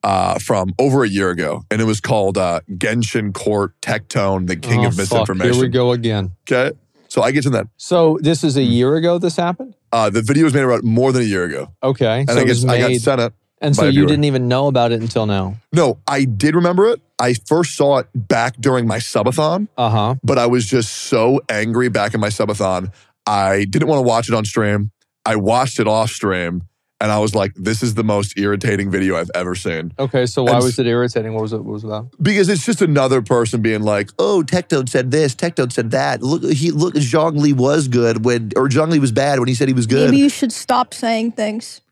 uh, from over a year ago, and it was called uh, Genshin Court Tectone, the King Oh, of fuck. Misinformation. Here we go again. Okay. So I get to that. So this is a Hmm. year ago this happened? Uh, the video was made about more than a year ago. Okay. And so I, it guess was I got made, sent it. and so by a you viewer. didn't even know about it until now. No, I did remember it. I first saw it back during my subathon. Uh huh. but I was just so angry back in my subathon. I didn't want to watch it on stream. I watched it off stream and I was like, this is the most irritating video I've ever seen. Okay. So why And s- was it irritating? What was it? What was it about? Because it's just another person being like, oh, Tectone said this, Tectone said that. Look, he look, Zhang Li was good when, or Zhang Li was bad when he said he was Maybe you should stop saying things.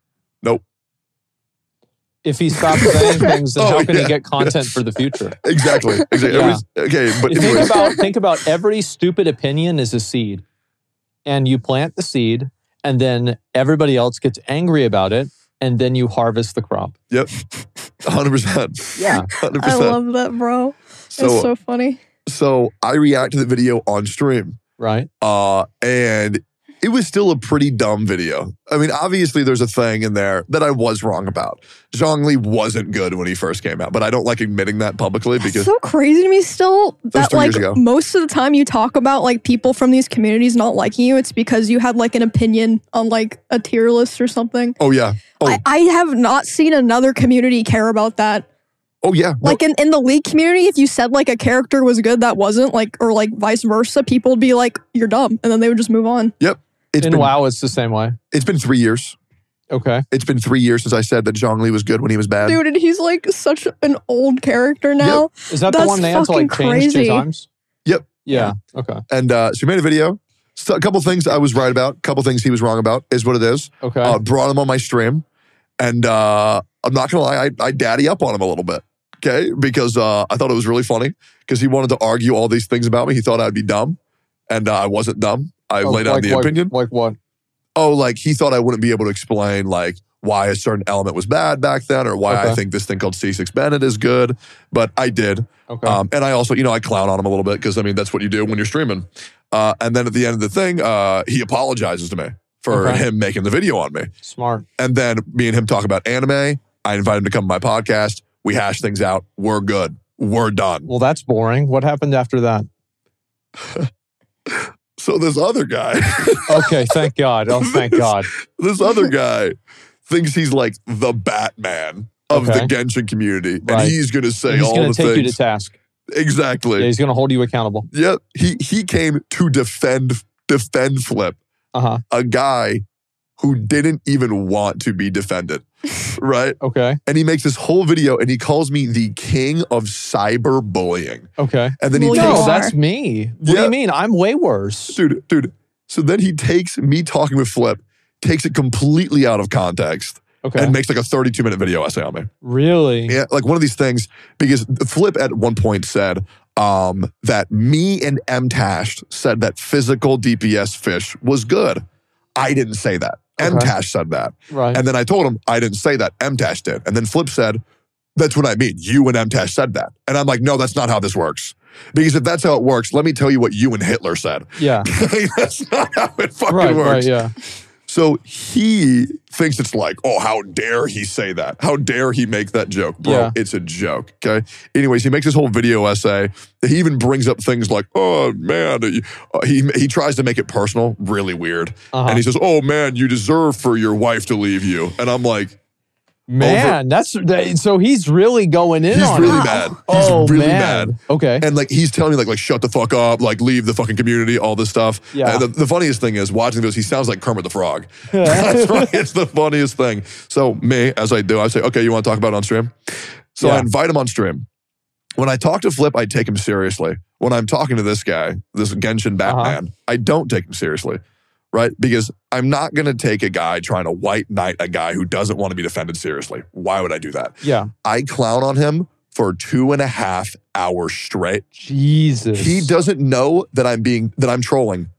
If he stopped saying things, then Oh, how can yeah. he get content for the future? Exactly. exactly. It Yeah. was- okay, but You anyway, think about think about every stupid opinion is a seed, and you plant the seed, and then everybody else gets angry about it, and then you harvest the crop. 100%. Yeah. 100%. I love that, bro. That's so, so funny. so I react to the video on stream. Right. uh, and it was still a pretty dumb video. I mean, obviously, there's a thing in there that I was wrong about. Zhang Li wasn't good when he first came out, but I don't like admitting that publicly It's because so crazy to me still that two like years ago. most of the time you talk about like people from these communities not liking you, it's because you had like an opinion on like a tier list or something. oh yeah, Oh. I, I have not seen another community care about that. oh yeah, No, Like in, in the league community, if you said like a character was good that wasn't, like or like vice versa, people would be like, You're dumb and then they would just move on. it's In been WoW, it's the same way. it's been three years. Okay. It's been three years since I said that Zhang Li was good when he was bad. Dude, and he's like such an old character now. Is that the That's one they had to like fucking change two crazy. times? Yep. Yeah. Okay. And uh, so we made a video. So a couple things I was right about, a couple things he was wrong about is what it is. Okay. Uh, brought him on my stream, and uh, I'm not gonna lie, I, I daddy up on him a little bit. Okay, because uh, I thought it was really funny because he wanted to argue all these things about me. He thought I'd be dumb, and uh, I wasn't dumb. I Oh, laid out like the what- opinion. Like what? Oh, like he thought I wouldn't be able to explain like why a certain element was bad back then or why I Okay. think this thing called C6 Bennett is good, but I did. Okay. Um, and I also, you know, I clown on him a little bit because I mean that's what you do when you're streaming. Uh, and then at the end of the thing, uh, he apologizes to me for Okay. him making the video on me. Smart. And then me and him talk about anime. I invite him to come to my podcast. We hash things out. We're good. We're done. Well, that's boring. What happened after that? So this other guy, Okay, thank God. Oh, thank God. this other guy, thinks he's like the Batman of Okay. the Genshin community, and Right. he's going to say He's all going the to take you to things. task. exactly. Yeah, he's going to hold you accountable. yeah. He he came to defend defend Flip. Uh huh. a guy who didn't even want to be defended, right? Okay. And he makes this whole video and he calls me the king of cyberbullying. Okay. And then he Well, takes, No, are. that's me. What do Yeah. you mean? I'm way worse. dude, dude. So then he takes me talking with Flip, takes it completely out of context, Okay. and makes like a 32 minute video essay on me. really? Yeah, like one of these things because Flip at one point said um, that me and M Tash said that physical DPS fish was good. I didn't say that. M Okay. Tash said that. Right. And then I told him I didn't say that. MTash did. And then Flip said, That's what I mean. You and MTash said that. And I'm like, No, that's not how this works. Because if that's how it works, let me tell you what you and Hitler said. yeah. Like, that's not how it fucking Right. Right. works. Yeah. So he thinks it's like, oh, how dare he say that? How dare he make that joke? Bro, Yeah. it's a joke. Okay. Anyways, he makes this whole video essay. He even brings up things like, oh, man. uh, He, he tries to make it personal, really weird. Uh-huh. And he says, oh, man, you deserve for your wife to leave you. And I'm like, Man, that's that, so he's really going in he's on really it. mad. He's oh really man. mad. Okay. And like he's telling me like like shut the fuck up, like leave the fucking community, all this stuff. Yeah. And the, the funniest thing is watching this, he sounds like Kermit the Frog. That's right. It's the funniest thing. So me, as I do, I say, okay, you want to talk about it on stream? So I Yeah. invite him on stream. When I talk to Flip, I take him seriously. When I'm talking to this guy, this Genshin Uh-huh. Batman, I don't take him seriously, right? Because I'm not going to take a guy trying to white knight a guy who doesn't want to be defended seriously. Why would I do that? yeah. I clown on him for two and a half hours straight. Jesus. He doesn't know that I'm being that I'm trolling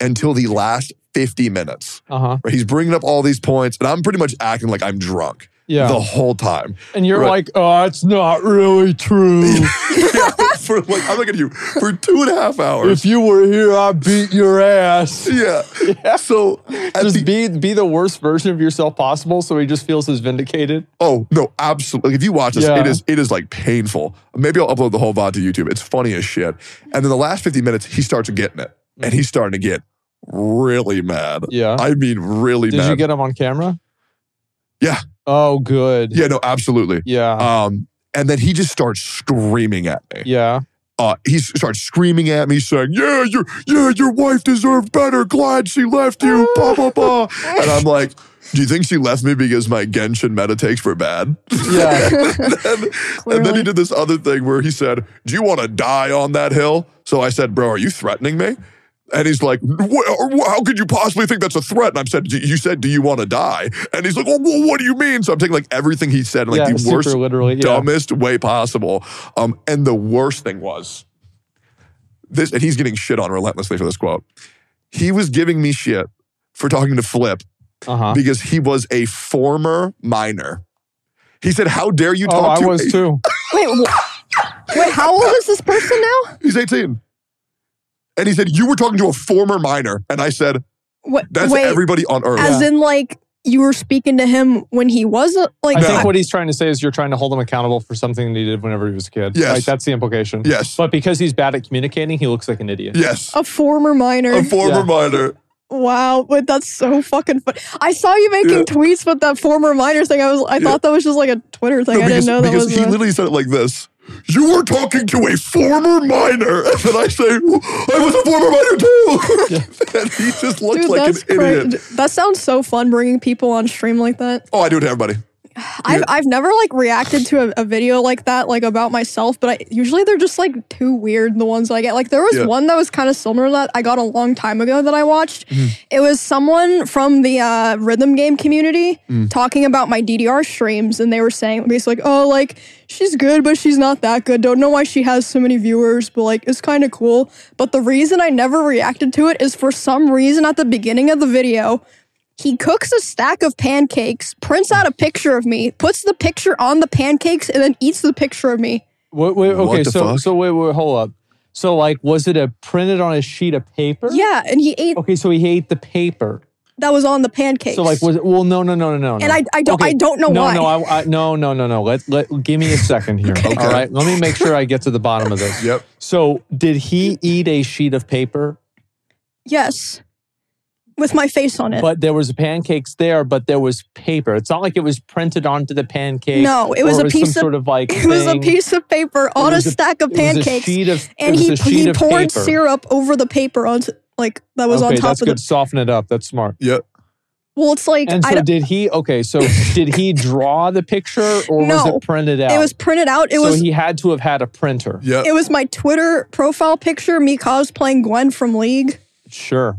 until the last 50 minutes. Uh huh. Right? He's bringing up all these points, and I'm pretty much acting like I'm drunk Yeah. the whole time. and you're right. like, oh, it's not really true. for like, I'm looking at you for two and a half hours. if you were here, I beat your ass. yeah. So at Just the, be be the worst version of yourself possible, so he just feels as vindicated. oh no, absolutely. If you watch this, Yeah. it is it is like painful. Maybe I'll upload the whole VOD to YouTube. It's funny as shit. And then the last 50 minutes, he starts getting it, and he's starting to get really mad. Mm. Yeah. I mean, really Did mad. you get him on camera? Yeah. Oh, good. yeah, no, absolutely. Yeah. Um, and then he just starts screaming at me. yeah. Uh, he s- starts screaming at me, saying, "Yeah, your yeah, your wife deserved better. Glad she left you." blah blah blah. And I'm like, "Do you think she left me because my Genshin meta takes were bad?" Yeah. and, and then he Clearly. did this other thing where he said, "Do you want to die on that hill?" So I said, "Bro, are you threatening me?" And he's like, "Wh- wh- "How could you possibly think that's a threat?" And I said, "You said, do you want to die?" And he's like, "Well, wh- what do you mean?" So I'm taking like everything he said, and, like yeah. the Super worst literally. Yeah. dumbest way possible. Um, and the worst thing was this, and he's getting shit on relentlessly for this quote. He was giving me shit for talking to Flip Uh huh. because he was a former minor. He said, "How dare you Oh, talk I to?" was a-" too. Wait, wh- wait, how old is this person now? He's eighteen, and he said, "You were talking to a former minor," and I said, What, "That's wait, everybody on earth." as in like you were speaking to him when he was a- like I No. think what he's trying to say is you're trying to hold him accountable for something that he did whenever he was a kid. Yes. Like, that's the implication. yes, But because he's bad at communicating, he looks like an idiot. yes, a former minor. a former Yeah. minor. wow, but that's so fucking fun. I saw you making Yeah. tweets with that former minor thing. I was I thought that was just like a Twitter thing. No, I because, didn't know that because was he a- literally said it like this. You were talking to a former minor, and then I say, "I was a former minor too," and he just looks Dude, like an that's cra- idiot. That sounds so fun bringing people on stream like that. Oh, I do it to everybody. I've, I've never like reacted to a, a video like that like about myself but I, usually they're just like too weird the ones that i get like there was Yeah. one that was kind of similar to that i got a long time ago that i watched it was someone from the uh, rhythm game community talking about my ddr streams and they were saying basically like oh like she's good but she's not that good don't know why she has so many viewers but like it's kind of cool but the reason i never reacted to it is for some reason at the beginning of the video He cooks a stack of pancakes, prints out a picture of me, puts the picture on the pancakes, and then eats the picture of me. Wait, wait, What okay, the so fuck? so wait, wait, hold up. So like, was it a printed on a sheet of paper? Yeah, and he ate Okay, so he ate the paper. that was on the pancakes. So like, was it? Well, no, no, no, no, no. and I, I don't Okay, I don't know no, why. no, I, I, no, no, no, no. Let let give me a second here. Okay. All right, let me make sure I get to the bottom of this. Yep. So, did he eat a sheet of paper? yes, with my face on it. But there was pancakes there, but there was paper. It's not like it was printed onto the pancake. no, it was or a piece some of sort of like it was a thing. piece of paper on a was a- stack of It was a pancakes, sheet of- it and was he a sheet he of poured paper. syrup over the paper on t- like that was okay, on top that's of good. the. Soften it up. That's smart. Well, it's like And I so don't, did he? Okay, so did he draw the picture or was No. it printed out? it was printed out. It so was he uh had to have had a printer. Yep. it was my Twitter profile picture, me cosplaying Gwen from League. Sure.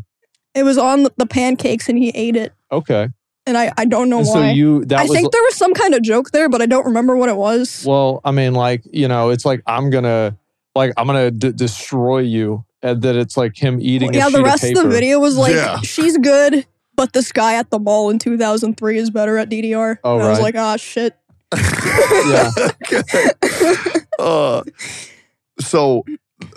It was on the pancakes, and he ate it, Okay. and I I don't know And so why. you that I was think there was some kind of joke there, but I don't remember what it was. well, I mean, like you know, it's like I'm gonna like I'm gonna d- destroy you, and that it's like him eating. yeah, a sheet the rest of, paper. the video was like, Yeah. she's good, but this guy at the mall in 2003 is better at DDR. Oh, and I was right. like, ah, shit. Yeah. okay. Uh, so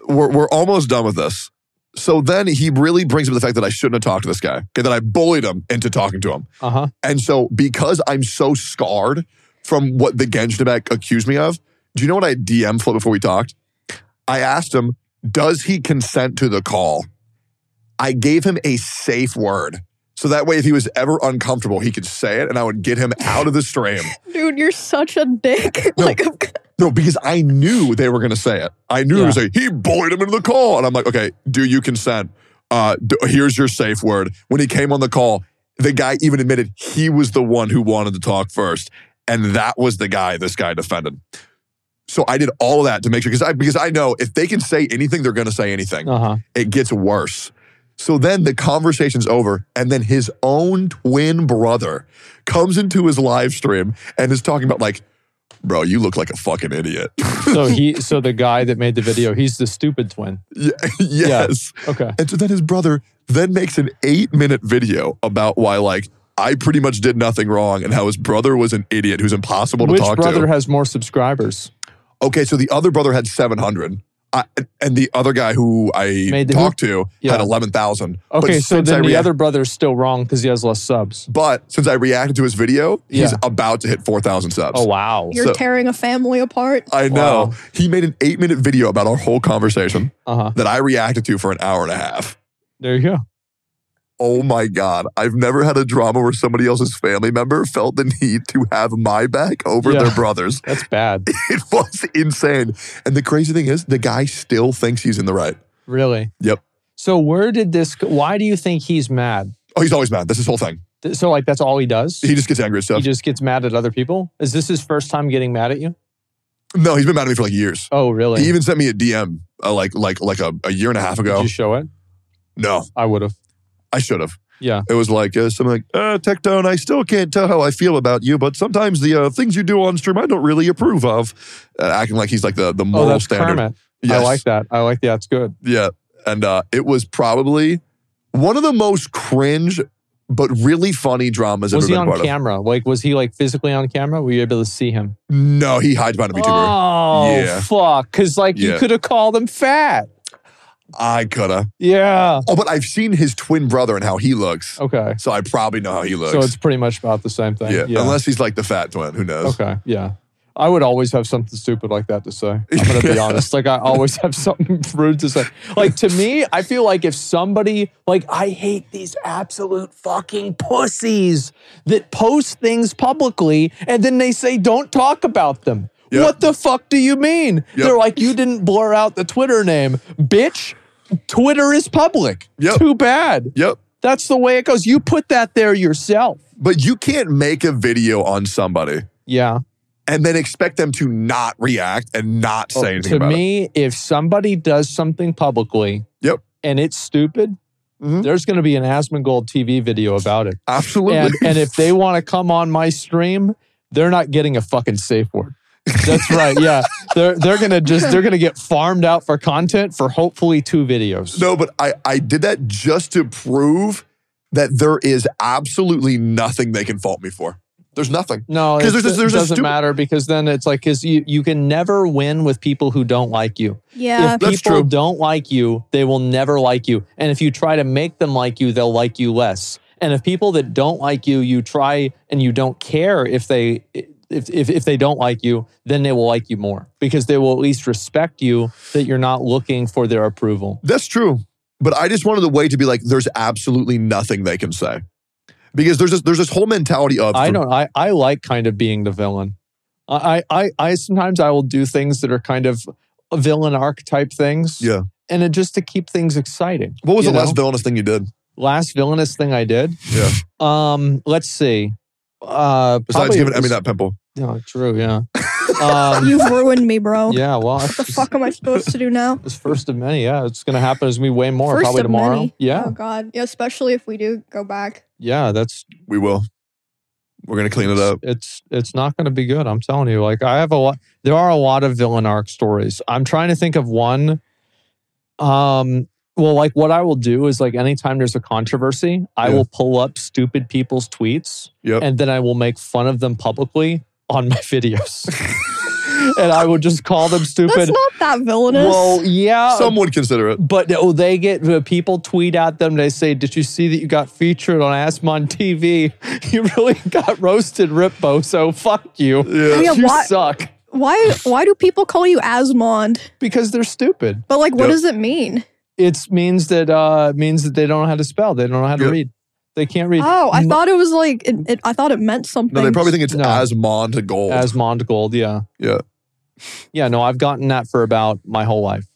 we're, we're almost done with this. So then he really brings up the fact that I shouldn't have talked to this guy, okay, that I bullied him into talking to him. Uh huh. And so because I'm so scarred from what the Genjabek accused me of, do you know what I DM Flip before we talked? I asked him, does he consent to the call? I gave him a safe word. So that way, if he was ever uncomfortable, he could say it and I would get him out of the stream. Dude, you're such a dick. No. like, I'm- No, because I knew they were going to say it. I knew Yeah. it was like, he bullied him into the call. And I'm like, okay, do you consent? Uh, d- here's your safe word. When he came on the call, the guy even admitted he was the one who wanted to talk first. And that was the guy this guy defended. So I did all of that to make sure, because I, because I know if they can say anything, they're going to say anything Uh huh. it gets worse. So then the conversation's over, and then his own twin brother comes into his live stream and is talking about like, bro, you look like a fucking idiot. So he, so the guy that made the video, he's the stupid twin. Ye- yes. Okay. And so then his brother then makes an eight minute video about why like I pretty much did nothing wrong and how his brother was an idiot who's impossible to Which talk brother to. has more subscribers? Okay, so the other brother had seven hundred. I, and the other guy who I Made the- talked to Yeah. had eleven thousand. Okay, so then the reacted. other brother's still wrong because he has less subs. But since I reacted to his video, he's Yeah. about to hit 4,000 subs. Oh wow. you're So- tearing a family apart. I know. Wow. He made an eight minute video about our whole conversation Uh huh. that I reacted to for an hour and a half. There you go. Oh my God. I've never had a drama where somebody else's family member felt the need to have my back over Yeah. their brother's. That's bad. It was insane. And the crazy thing is, the guy still thinks he's in the right. Really? Yep. So where did this? Why do you think he's mad? Oh, he's always mad. That's his whole thing. Th- So like that's all he does. He just gets angry at He stuff. just gets mad at other people. Is this his first time getting mad at you? no, he's been mad at me for like years. Oh really? He even sent me a DM uh, like like like a, a year and a half Did ago. you show it? no. I would have. I should have. Yeah. It was like uh, something like, uh, Tectone, I still can't tell how I feel about you, but sometimes the uh, things you do on stream I don't really approve of. Uh, acting like he's like the, the Oh, moral that's standard. Kermit. I like that. I like that. That's good. Yeah. And uh, it was probably one of the most cringe, but really funny dramas Was I've he ever been on part of. camera? Like, was he like physically on camera? Were you able to see him? No, he hides behind a VTuber. Oh Yeah. fuck! Because like you Yeah. could have called him fat. I coulda. Yeah. Oh, but I've seen his twin brother and how he looks. Okay. So I probably know how he looks. Oh. So it's pretty much about the same thing. yeah. Unless he's like the fat twin. Who knows? Okay. Yeah. I would always have something stupid like that to say. I'm gonna be Yeah. honest. Like I always have something rude to say. Like to me, I feel like if somebody like I hate these absolute fucking pussies that post things publicly and then they say don't talk about them. Yep. What the fuck do you mean? Yep. They're like you didn't blur out the Twitter name, bitch. Twitter is public. Yep. Too bad. Yep. That's the way it goes. You put that there yourself. But you can't make a video on somebody. Yeah. and then expect them to not react and not say anything Oh, to about it. me, if somebody does something publicly, Yep. and it's stupid, Mhm. there's going to be an Asmongold TV video about it. Absolutely. And, and if they want to come on my stream, they're not getting a fucking safe word. That's right. Yeah, they're they're gonna just they're gonna get farmed out for content for hopefully two videos. no, but I, I did that just to prove that there is absolutely nothing they can fault me for. There's nothing. No, 'Cause it's- there's a- it there's a doesn't stupid- matter because then it's like because you, you can never win with people who don't like you. Yeah. if That's people true. don't like you, they will never like you. And if you try to make them like you, they'll like you less. And if people that don't like you, you try and you don't care if they if if, if they don't like you, then they will like you more because they will at least respect you that you're not looking for their approval. That's true. But I just wanted the way to be like, there's absolutely nothing they can say. Because there's this, there's this whole mentality of I don't. I, I like kind of being the villain. I, I I I sometimes I will do things that are kind of villain archetype things. Yeah. And it just to keep things exciting. What was you the last know? villainous thing you did? last villainous thing I did. Yeah. Um. Let's see. Uh. Besides probably giving uh, Emmy was- that pimple. No, true. Yeah. um. You've ruined me, bro. Yeah. Well, What the it's, fuck am I supposed to do now? it's first of many. Yeah. It's gonna happen. It's gonna be way more. First probably of tomorrow. many. Yeah. Oh God. Yeah, especially if we do go back. Yeah. That's. We will. We're going to clean it up. It's. It's not gonna be good. I'm telling you. Like I have a lot. There are a lot of villain arc stories. I'm trying to think of one. Um. Well, like what I will do is like anytime there's a controversy, I Yeah. will pull up stupid people's tweets Yep. and then I will make fun of them publicly on my videos. and I would just call them That's stupid. not that villainous. Well, yeah. Some would consider it. but oh, they get uh, people tweet at them. They say, "Did you see that you got featured on Asmon TV? You really got roasted, Rippo. So fuck you. Yeah. Yeah, you why- suck why why do people call you Asmond? because they're stupid. But like, what Yep. does it mean? It means that uh, it means that they don't know how to spell. They don't know how to Yeah. read. They can't read." Oh, I M- thought it was like it, it, I thought it meant something. No, they probably think it's No. Asmond Gold. Asmond Gold, yeah. Yeah. Yeah, no, I've gotten that for about my whole life.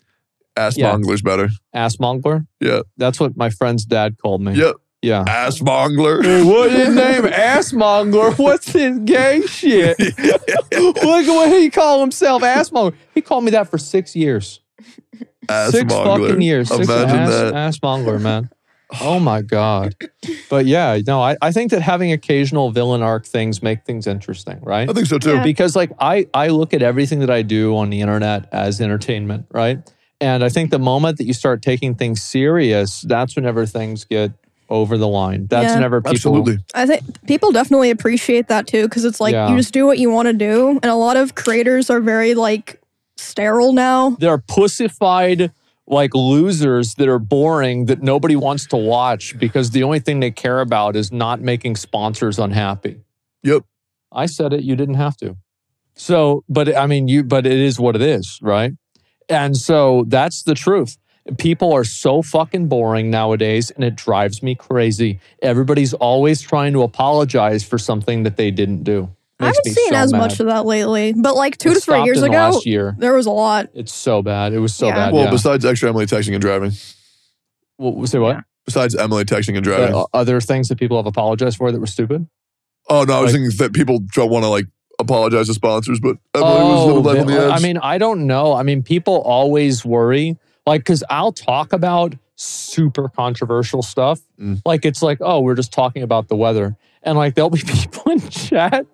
Assmongler's better. Assmongler? Yeah. That's what my friend's dad called me. Yep. Yeah. Assmongler. What his name? Assmongler. What's his gay shit? Look at what he called himself, Assmongler. He called me that for six years. Six fucking years. Six Imagine ass, that. Assmongler, man. Oh my God. But yeah, no, I, I think that having occasional villain arc things make things interesting, right? I think so too. Yeah. because like I I look at everything that I do on the internet as entertainment, right? And I think the moment that you start taking things serious, that's whenever things get over the line. That's Yeah. whenever people Absolutely. I think people definitely appreciate that too because it's like Yeah. you just do what you want to do, and a lot of creators are very like sterile now. they're pussified like losers that are boring that nobody wants to watch because the only thing they care about is not making sponsors unhappy. Yep. I said it, you didn't have to. So, but I mean you but it is what it is, right? And so that's the truth. People are so fucking boring nowadays and it drives me crazy. Everybody's always trying to apologize for something that they didn't do. I Makes haven't me seen so as mad. much of that lately, but like It two to three stopped years in the ago, last year. there was a lot. It's so bad. It was so Yeah. bad. Well, yeah. besides extra Emily texting and driving, Well, say what? besides Emily texting and driving. Uh, other things that people have apologized for that were stupid. oh no, I was like- thinking that people don't want to like apologize to sponsors, but Emily was a little life on the but- edge. Oh, I mean, I don't know. I mean, people always worry, like, because I'll talk about super controversial stuff. Mm. Like, it's like, oh, we're just talking about the weather. And like, there'll be people in chat,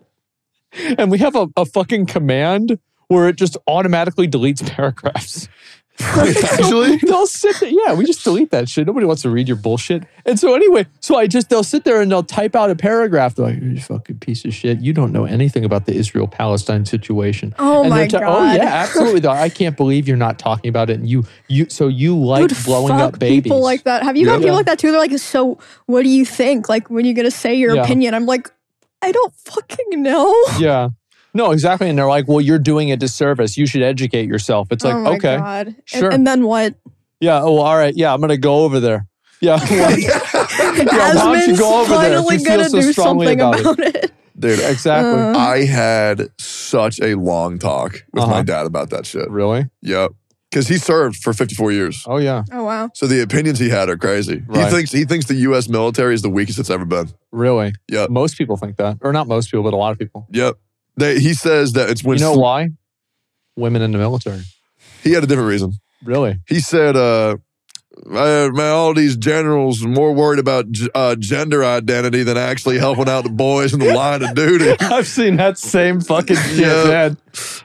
and we have a, a fucking command where it just automatically deletes paragraphs. actually, they'll sit there. Yeah, we just delete that shit. Nobody wants to read your bullshit. And so anyway, so I just they'll sit there and they'll type out a paragraph. They're like, "You fucking piece of shit. You don't know anything about the Israel Palestine situation." Oh and my they're ta- god! Oh yeah, absolutely. Though I can't believe you're not talking about it. And you, you, so you like Dude, blowing fuck up babies? people like that. Have you Yeah. got people Yeah. like that too? They're like, so what do you think? Like, when you gonna say your Yeah. opinion? I'm like, I don't fucking know. yeah. No, exactly. And they're like, "Well, you're doing a disservice. You should educate yourself." It's like, oh my okay, god! And- sure. And, then what? yeah. Oh, all right. Yeah, I'm gonna go over there. Yeah. why don't you Asmund's go over there if finally you feel gonna so do strongly something about about, it? it. dude, exactly. Uh, I had such a long talk with my Uh-huh. dad about that shit. really? Yep, because he served for 54 years. Oh yeah. Oh wow! So the opinions he had are crazy. Right. He thinks he thinks the U.S. military is the weakest it's ever been. Really? Yeah. Most people think that, or not most people, but a lot of people. Yep. They, he says that it's when you know th- why? Women in the military. he had a different reason. Really? He said uh, I, man, all these generals are more worried about g- uh, gender identity than actually helping out the boys in the line of duty. Uh, I've seen that same fucking shit, Yeah. man.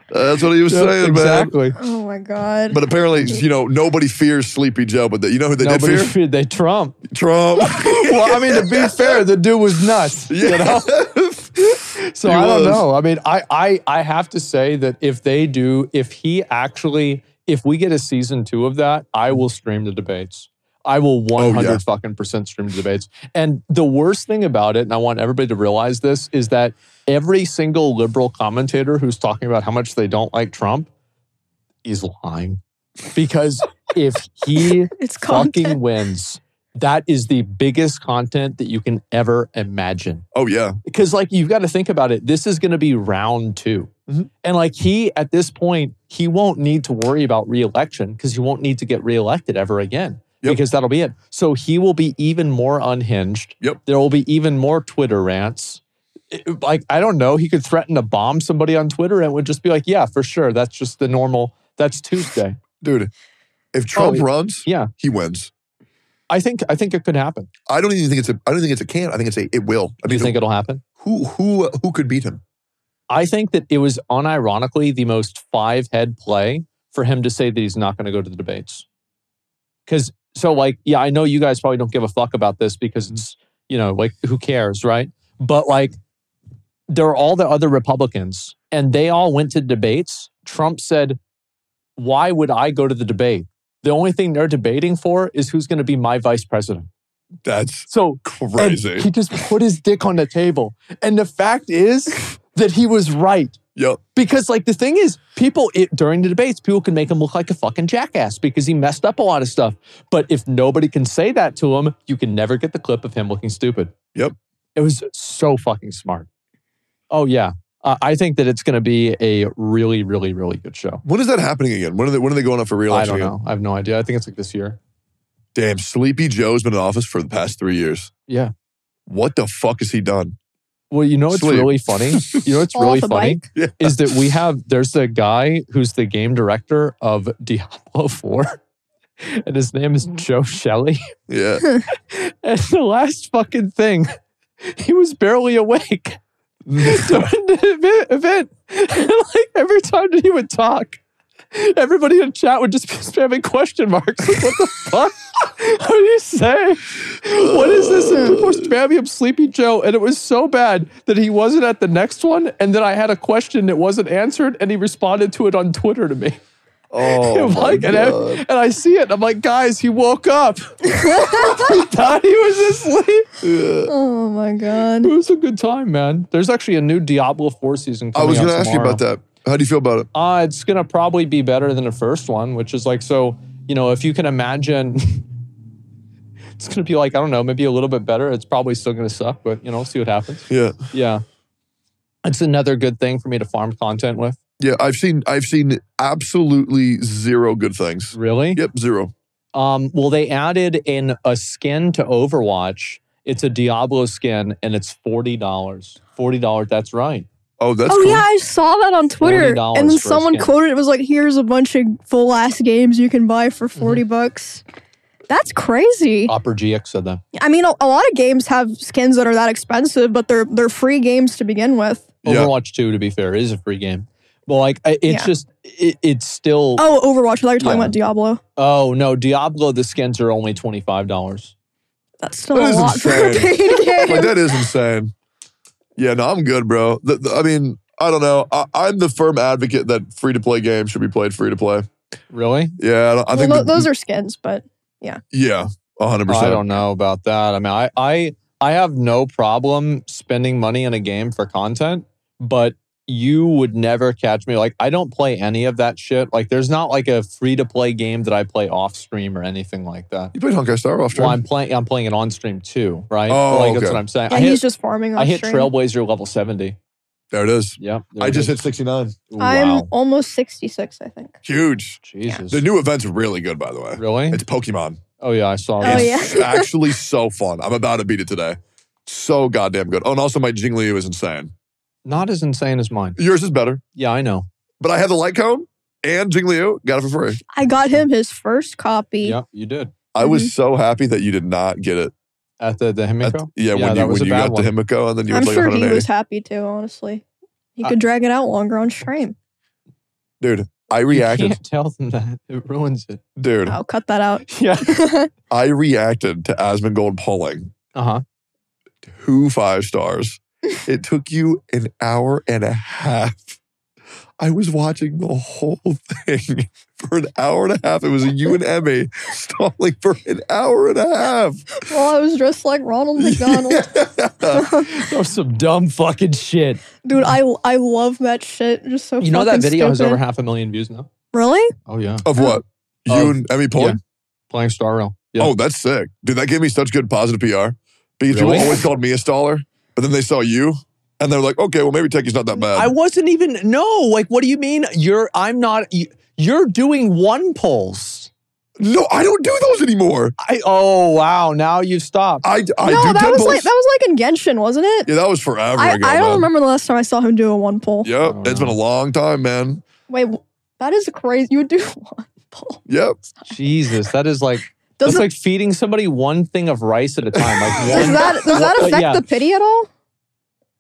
that's what he was Yep, saying, man. exactly. Oh my god. But apparently, you know, nobody fears Sleepy Joe. But the, you know who they Nobody did fear? feared they Trump. Trump. Well, I mean, to be fair, the dude was nuts. yeah. So He I don't was. know. I mean, I, I I have to say that if they do, if he actually, if we get a season two of that, I will stream the debates. I will Oh, yeah. one hundred fucking percent stream the debates. And the worst thing about it, and I want everybody to realize this, is that every single liberal commentator who's talking about how much they don't like Trump is lying, because if he it's content. fucking wins. That is the biggest content that you can ever imagine. Oh yeah. Because, like, you've got to think about it. This is going to be round 2 Mhm. And, like, he, at this point, he won't need to worry about reelection because he won't need to get reelected ever again Yep. because that'll be it. So he will be even more unhinged. Yep. There will be even more Twitter rants. It- like, I don't know. He could threaten to bomb somebody on Twitter and it would just be like, yeah, for sure. That's just the normal. That's Tuesday. dude. If Trump Oh, runs, yeah. he wins. I think, I think it could happen. I don't even think it's a. I don't think it's a can. I think it's a. It will. I Do you mean, think it'll happen? who who who could beat him? I think that it was unironically the most five head play for him to say that he's not going to go to the debates. Because, so like, yeah, I know you guys probably don't give a fuck about this because it's, you know, like, who cares, right? But like, there are all the other Republicans and they all went to debates. Trump said, Why would I go to the debate? The only thing they're debating for is who's going to be my vice president. That's So and crazy. he just put his dick on the table. And the fact is that he was right. yep. Because, like, the thing is, people it, during the debates, people can make him look like a fucking jackass because he messed up a lot of stuff. But if nobody can say that to him, you can never get the clip of him looking stupid. Yep. It was so fucking smart. Oh, yeah. Uh, I think that it's going to be a really, really, really good show. When is that happening again? When are they when are they going up for I reelection? don't again? know. I have no idea. I think it's like this year. Damn, Sleepy Joe's been in office for the past three years. Yeah. What the fuck has he done? Well, you know what's Sleep. really funny? You know what's Fall really off a funny? bike. Yeah. is that we have there's the guy who's the game director of Diablo 4 and his name is Joe Shelley Yeah. and the last fucking thing he was barely awake during the event, event. And like every time that he would talk everybody in chat would just be spamming question marks like what the fuck what are you saying what is this and people were spamming him Sleepy Joe and it was so bad that he wasn't at the next one and then I had a question that wasn't answered and he responded to it on Twitter to me Oh I'm my like, and, I, God. and I see it. and I'm like, guys, he woke up. he thought he was asleep. Oh my It god. was a good time, man. There's actually a new Diablo 4 season I coming was going gonna to ask you about that. How do you feel about it? Uh, it's going to probably be better than the first one, which is like, so, you know, if you can imagine, it's going to be like, I don't know, maybe a little bit better. It's probably still going to suck, but, you know, see what happens. Yeah. Yeah. It's another good thing for me to farm content with. Yeah. I've seen I've seen absolutely zero good things. Really? Yep, zero. Um, well, they added in a skin to Overwatch. It's a Diablo skin, and it's forty dollars. Forty dollars. That's right. Oh, that's oh cool. yeah, I saw that on Twitter, $40 and for then a someone skin. quoted it was like, "Here's a bunch of full ass games you can buy for 40 bucks." That's crazy. Opera GX said that. I mean, a, a lot of games have skins that are that expensive, but they're they're free games to begin with. Yeah. Overwatch Two, to be fair, is a free game. But like, I- it's Yeah. just it, it's still. Oh. Oh, Overwatch. I thought you were talking Yeah. about Diablo. no, Diablo. The skins are only twenty five dollars. That's still That a is lot for a insane. paid game. Like that is insane. Yeah, no, I'm good, bro. The- the- I mean, I don't know. I, I'm the firm advocate that free to play games should be played free to play. Really? Yeah, I, don't, I think well, tho- the- those are skins, but Yeah, 100. Oh, I percent don't know about that. I mean, I I I have no problem spending money in a game for content, but you would never catch me like I don't play any of that shit. Like there's not like a free to play game that I play off stream or anything like that. You played Honkai Star off Well, stream. I'm playing I'm playing it on stream too, right? Oh, like okay. that's what I'm saying. yeah, I he's hit, just farming on I hit stream. Trailblazer level 70. there it is. Yep. there I it just is. hit 69. I'm wow. almost 66, I think. Huge. Jesus. The new event's really good, by the way. really? It's Pokemon. Oh yeah, I saw Oh, that. it's yeah. actually so fun. I'm about to beat it today. So goddamn good. Oh, and also my Jingliu is insane. Not as insane as mine. Yours is better, Yeah, I know. but I have the light cone and Jingliu. Got it for free. I got him his first copy. Yep, you did. I Mm-hmm. was so happy that you did not get it. at the, the at- Himiko. Yeah, yeah, when that you, was when a you bad got the one. Himiko and then you I'm was like sure he 180. was happy too, honestly. He I- could drag it out longer on stream. Dude, I You reacted. can't tell them that. It ruins it. Dude, I'll cut that out. Yeah. I reacted to Asmongold pulling Uh huh. two five stars. it took you an hour and a half. I was watching the whole thing for an hour and a half. It was you and Emmy stalling for an hour and a half. well, I was dressed like Ronald McDonald. Yeah. That was some dumb fucking shit. Dude, I I love that shit. Just so You know that fucking video has stupid. over half a million views now. Really? Oh yeah, Of what? You Of- and Emmy pulling? playing Star Rail. Yeah. Oh, that's sick. Dude, that gave me such good positive PR. Because Really? people always called me a staller, but then they saw you and they're like, okay, well, maybe Techie's not that bad. I wasn't even no. Like, what do you mean? You're I'm not. you- You're doing one pulls. no, I don't do those anymore. I, oh wow, now you've stopped. I, I no, do that ten was pulls. like that was like in Genshin, wasn't it? yeah, that was forever I, ago. I don't man. remember the last time I saw him do a one pull. Yep, Oh, it's been a no. long time, man. Wait, wh- that is crazy. You would do one pull. Yep. Jesus, that is like that's Doesn't like feeding somebody one thing of rice at a time. Like does one, that does that Well, affect yeah. the pity at all?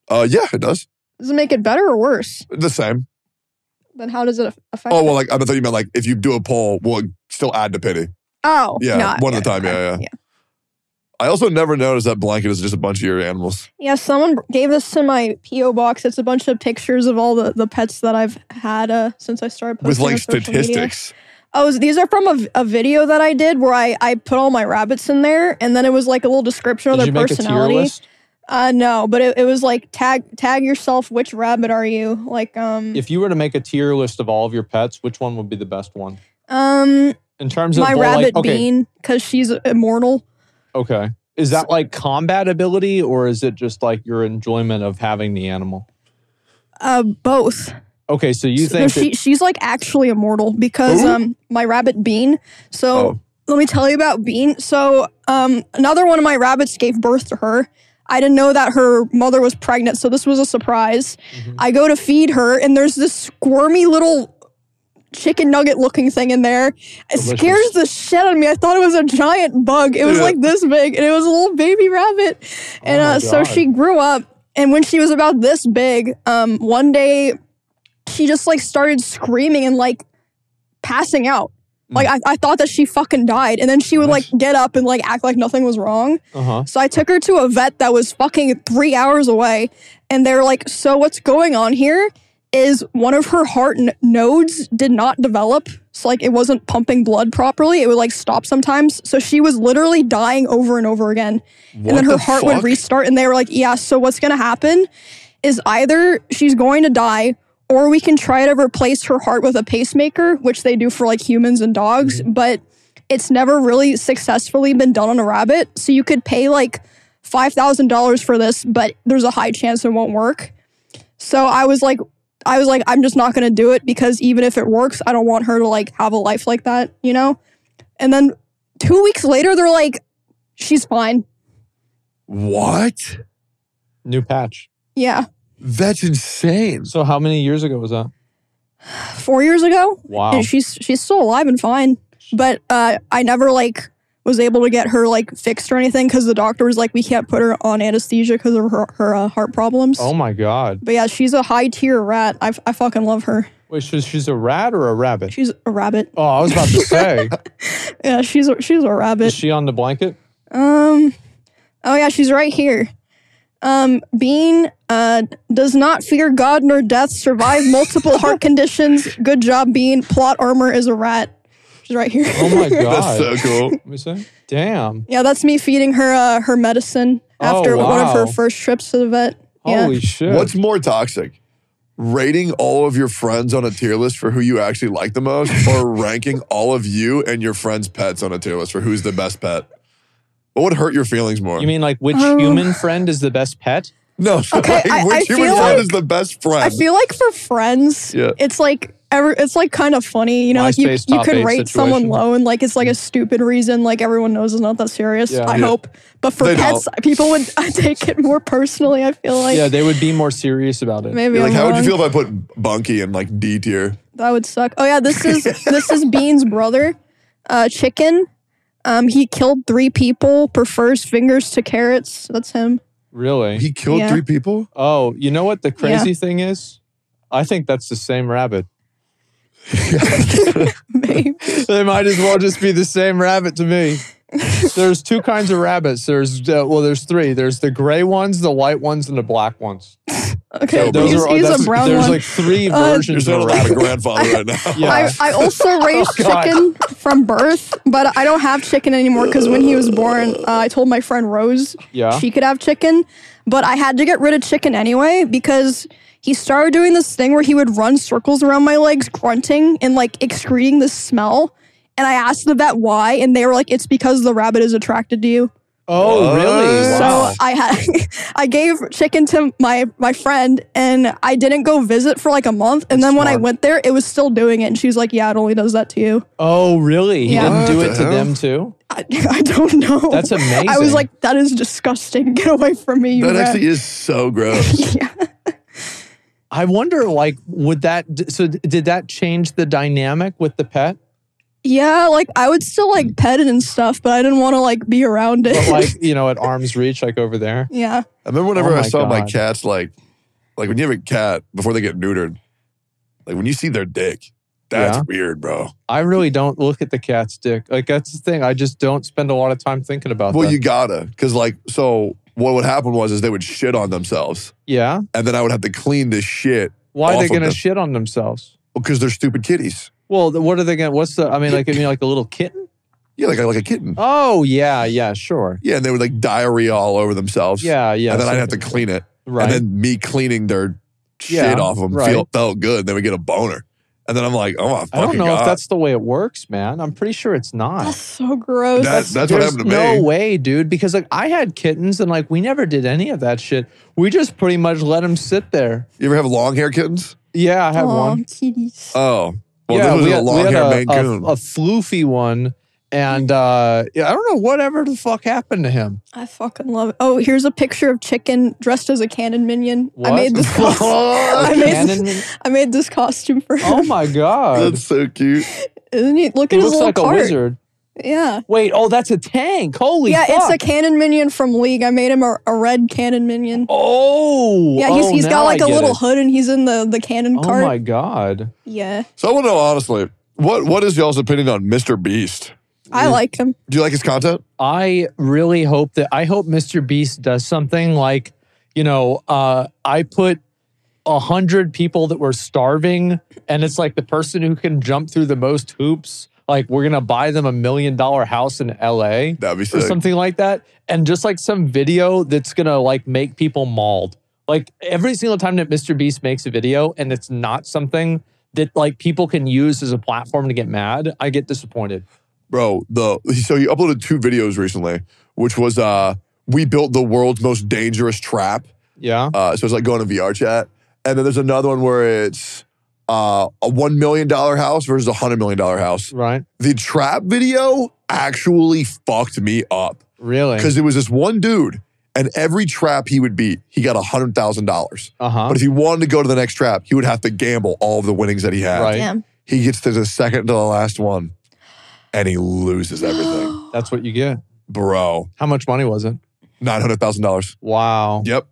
Uh, yeah, it does. Does it make it better or worse? The same. Then how does it aff- affect? Oh, it? well, like I thought you meant like if you do a poll, will it still add to pity? oh, Yeah, no, one at a time. Yeah, yeah. yeah. I also never noticed that blanket is just a bunch of your animals. Yeah, someone gave this to my PO box. It's a bunch of pictures of all the, the pets that I've had uh, since I started posting With like on social media. statistics. Oh, these are from a, v- a video that I did where I, I put all my rabbits in there, and then it was like a little description of Did their you make a tier personality. list? Uh, no, but it, it was like tag tag yourself. Which rabbit are you? Like um If you were to make a tier list of all of your pets, which one would be the best one um in terms of my bull, rabbit like, okay, Bean because she's immortal. Okay, is that like combat ability or is it just like your enjoyment of having the animal? Uh, both. Okay, so you So think she she's like actually immortal because Who? um my rabbit Bean. So Oh. let me tell you about Bean. So um another one of my rabbits gave birth to her. I didn't know that her mother was pregnant, so this was a surprise. Mm-hmm. Mhm. I go to feed her, and there's this squirmy little chicken nugget looking thing in there. It Delicious. scares the shit out of me. I thought it was a giant bug. It was Yeah. like this big, and it was a little baby rabbit. And Oh my uh, God. so she grew up, and when she was about this big, um, one day she just like started screaming and like passing out. Hmm. Like I, I thought that she fucking died, and then she would like get up and like act like nothing was wrong. uh huh. So I took her to a vet that was fucking three hours away, and they're like, "So what's going on here? Is one of her heart n- nodes did not develop? So like it wasn't pumping blood properly. It would like stop sometimes. So she was literally dying over and over again, What and then her the heart fuck? would restart. And they were like, "Yeah, so what's gonna happen? Is either she's going to die." Or we can try to replace her heart with a pacemaker, which they do for like humans and dogs, Mm-hmm. but it's never really successfully been done on a rabbit. So you could pay like $5,000 for this, but there's a high chance it won't work. So I was like, I was like, I'm just not going to do it because even if it works, I don't want her to like have a life like that, you know? And then two weeks later, they're like, she's fine. What? New patch. Yeah. That's insane. So how many years ago was that? Four years ago. Wow. And she's, she's still alive and fine. But uh, I never like was able to get her like fixed or anything because the doctor was like, we can't put her on anesthesia because of her, her uh, heart problems. Oh my god. But yeah, she's a high tier rat. I, I fucking love her. Wait, so she's a rat or a rabbit? She's a rabbit. Oh, I was about to say. Yeah, she's a, she's a is rabbit. she on the blanket? Um, oh yeah, she's right here. Um, Bean uh, does not fear God nor death. Survive multiple heart conditions. Good job, Bean. Plot armor is a rat. She's right here. Oh my That's god. so cool. Let me see. Damn. yeah, that's me feeding her uh, her medicine after Oh, one of her wow. first trips to the vet. Yeah. Holy shit. What's more toxic? Rating all of your friends on a tier list for who you actually like the most, or ranking all of you and your friends' pets on a tier list for who's the best pet? What would hurt your feelings more? you mean like which Um, human friend is the best pet? no? Okay, like, I- which I human feel friend like- is the best friend? I feel like for friends, Yeah. it's like every, it's like kind of funny, you know, like you, MySpace you top could eight rate someone situation. Mm. low and like it's like a stupid reason, like everyone knows it's not that serious. Yeah. I Yeah. hope, but for They pets, people would I take it more personally. I feel like yeah, they would be more serious about it. maybe You're like, I'm how would you wrong. feel if I put Bunky in like D tier? That would suck. Oh yeah, this is this is Bean's brother, uh, Chicken. Um, he killed three people. Prefers fingers to carrots. That's him. Really? He killed Yeah. three people? Oh, you know what the crazy thing is? I think that's the same rabbit. Maybe. they might as well just be the same rabbit to me. There's two kinds of rabbits. There's uh, well, there's three. There's the gray ones, the white ones, and the black ones. Okay, Those he's, are- he's that's- a brown There's one. like three Uh, versions You're of a sounding like a rabbit. grandfather right now. Yeah. Oh, I, I also raised God. chicken from birth, but I don't have chicken anymore because when he was born, uh, I told my friend Rose Yeah. she could have chicken, but I had to get rid of chicken anyway because he started doing this thing where he would run circles around my legs, grunting and like excreting this smell. And I asked the vet why, and they were like, "It's because the rabbit is attracted to you." Oh, really? What? Wow. So I had, I gave chicken to my my friend, and I didn't go visit for like a month. And then when I smart. went there, it was still doing it, and she was like, "Yeah, it only does that to you." Oh, really? He Yeah. didn't do What it the to hell? them too. I, I don't know. That's amazing. I was like, that is disgusting. Get away from me. You That rat." actually is so gross. yeah. I wonder, like, would that? d- So, d- did that change the dynamic with the pet? yeah, like I would still like pet it and stuff, but I didn't want to like be around it. but like you know, at arm's reach, like over there. yeah. I remember whenever Oh I my saw my God. cats, like, like when you have a cat before they get neutered, like when you see their dick, that's Yeah. weird, bro. I really don't look at the cat's dick. Like that's the thing. I just don't spend a lot of time thinking about Well, that. you gotta, because like, so what would happen was is they would shit on themselves, yeah. and then I would have to clean this shit Why are Off they of going to them. shit on themselves? because they're stupid kitties. Well, th- what are they going? to What's the? I mean, like, I mean, like a little kitten. Yeah, like like a kitten. Oh yeah, yeah, sure. Yeah, and they would like diarrhea all over themselves. Yeah, yeah. and then so- I'd have to clean it, right. and then me cleaning their Yeah, shit off of them right. feel, felt good. And they would get a boner, and then I'm like, oh my fucking I don't know god, if that's the way it works, man. I'm pretty sure it's not. That's so gross. That- that's what There's happened to no me. way, dude. Because like I had kittens, and like we never did any of that shit. We just pretty much let them sit there. you ever have long hair kittens? Yeah, I had Aw, one. kitties. Oh, well, this was a long hair Mancoon. a floofy one, and uh, yeah, I don't know whatever the fuck happened to him. I fucking love it. Oh, here's a picture of chicken dressed as a cannon minion. What? I made this costume. I Cannon- made this, I made this costume for him. oh my god, that's so cute. Isn't he? Look he at his looks little like cart. a wizard. Yeah. Wait, oh, that's a tank. Holy yeah, fuck. it's a cannon minion from League. I made him a, a red cannon minion. Oh, yeah, he's, oh, he's now got like I a get little it. hood and he's in the, the cannon Oh cart. my god, Yeah. So I want to know honestly, what what is y'all's opinion on Mr. Beast? I like him. Do you like his content? I really hope that I hope Mr. Beast does something like you know uh, I put. A hundred people that were starving, and it's like the person who can jump through the most hoops. Like we're gonna buy them a million dollar house in L.A. That'd be or sick. something like that and just like some video that's gonna like make people mauled like every single time that mr beast makes a video and it's not something that like people can use as a platform to get mad i get disappointed Bro, the so you uploaded two videos recently, which was uh we built the world's most dangerous trap. yeah Uh, so it's like going to VR chat. And then there's another one where it's uh, a $1 million house versus a $100 million house. right The trap video actually fucked me up really because it was this one dude, and every trap he would beat, he got $100,000. uh-huh But if he wanted to go to the next trap, he would have to gamble all of the winnings that he had. Right. Damn. He gets to the second to the last one and he loses everything. that's what you get Bro, how much money was it $900,000. wow, Yep.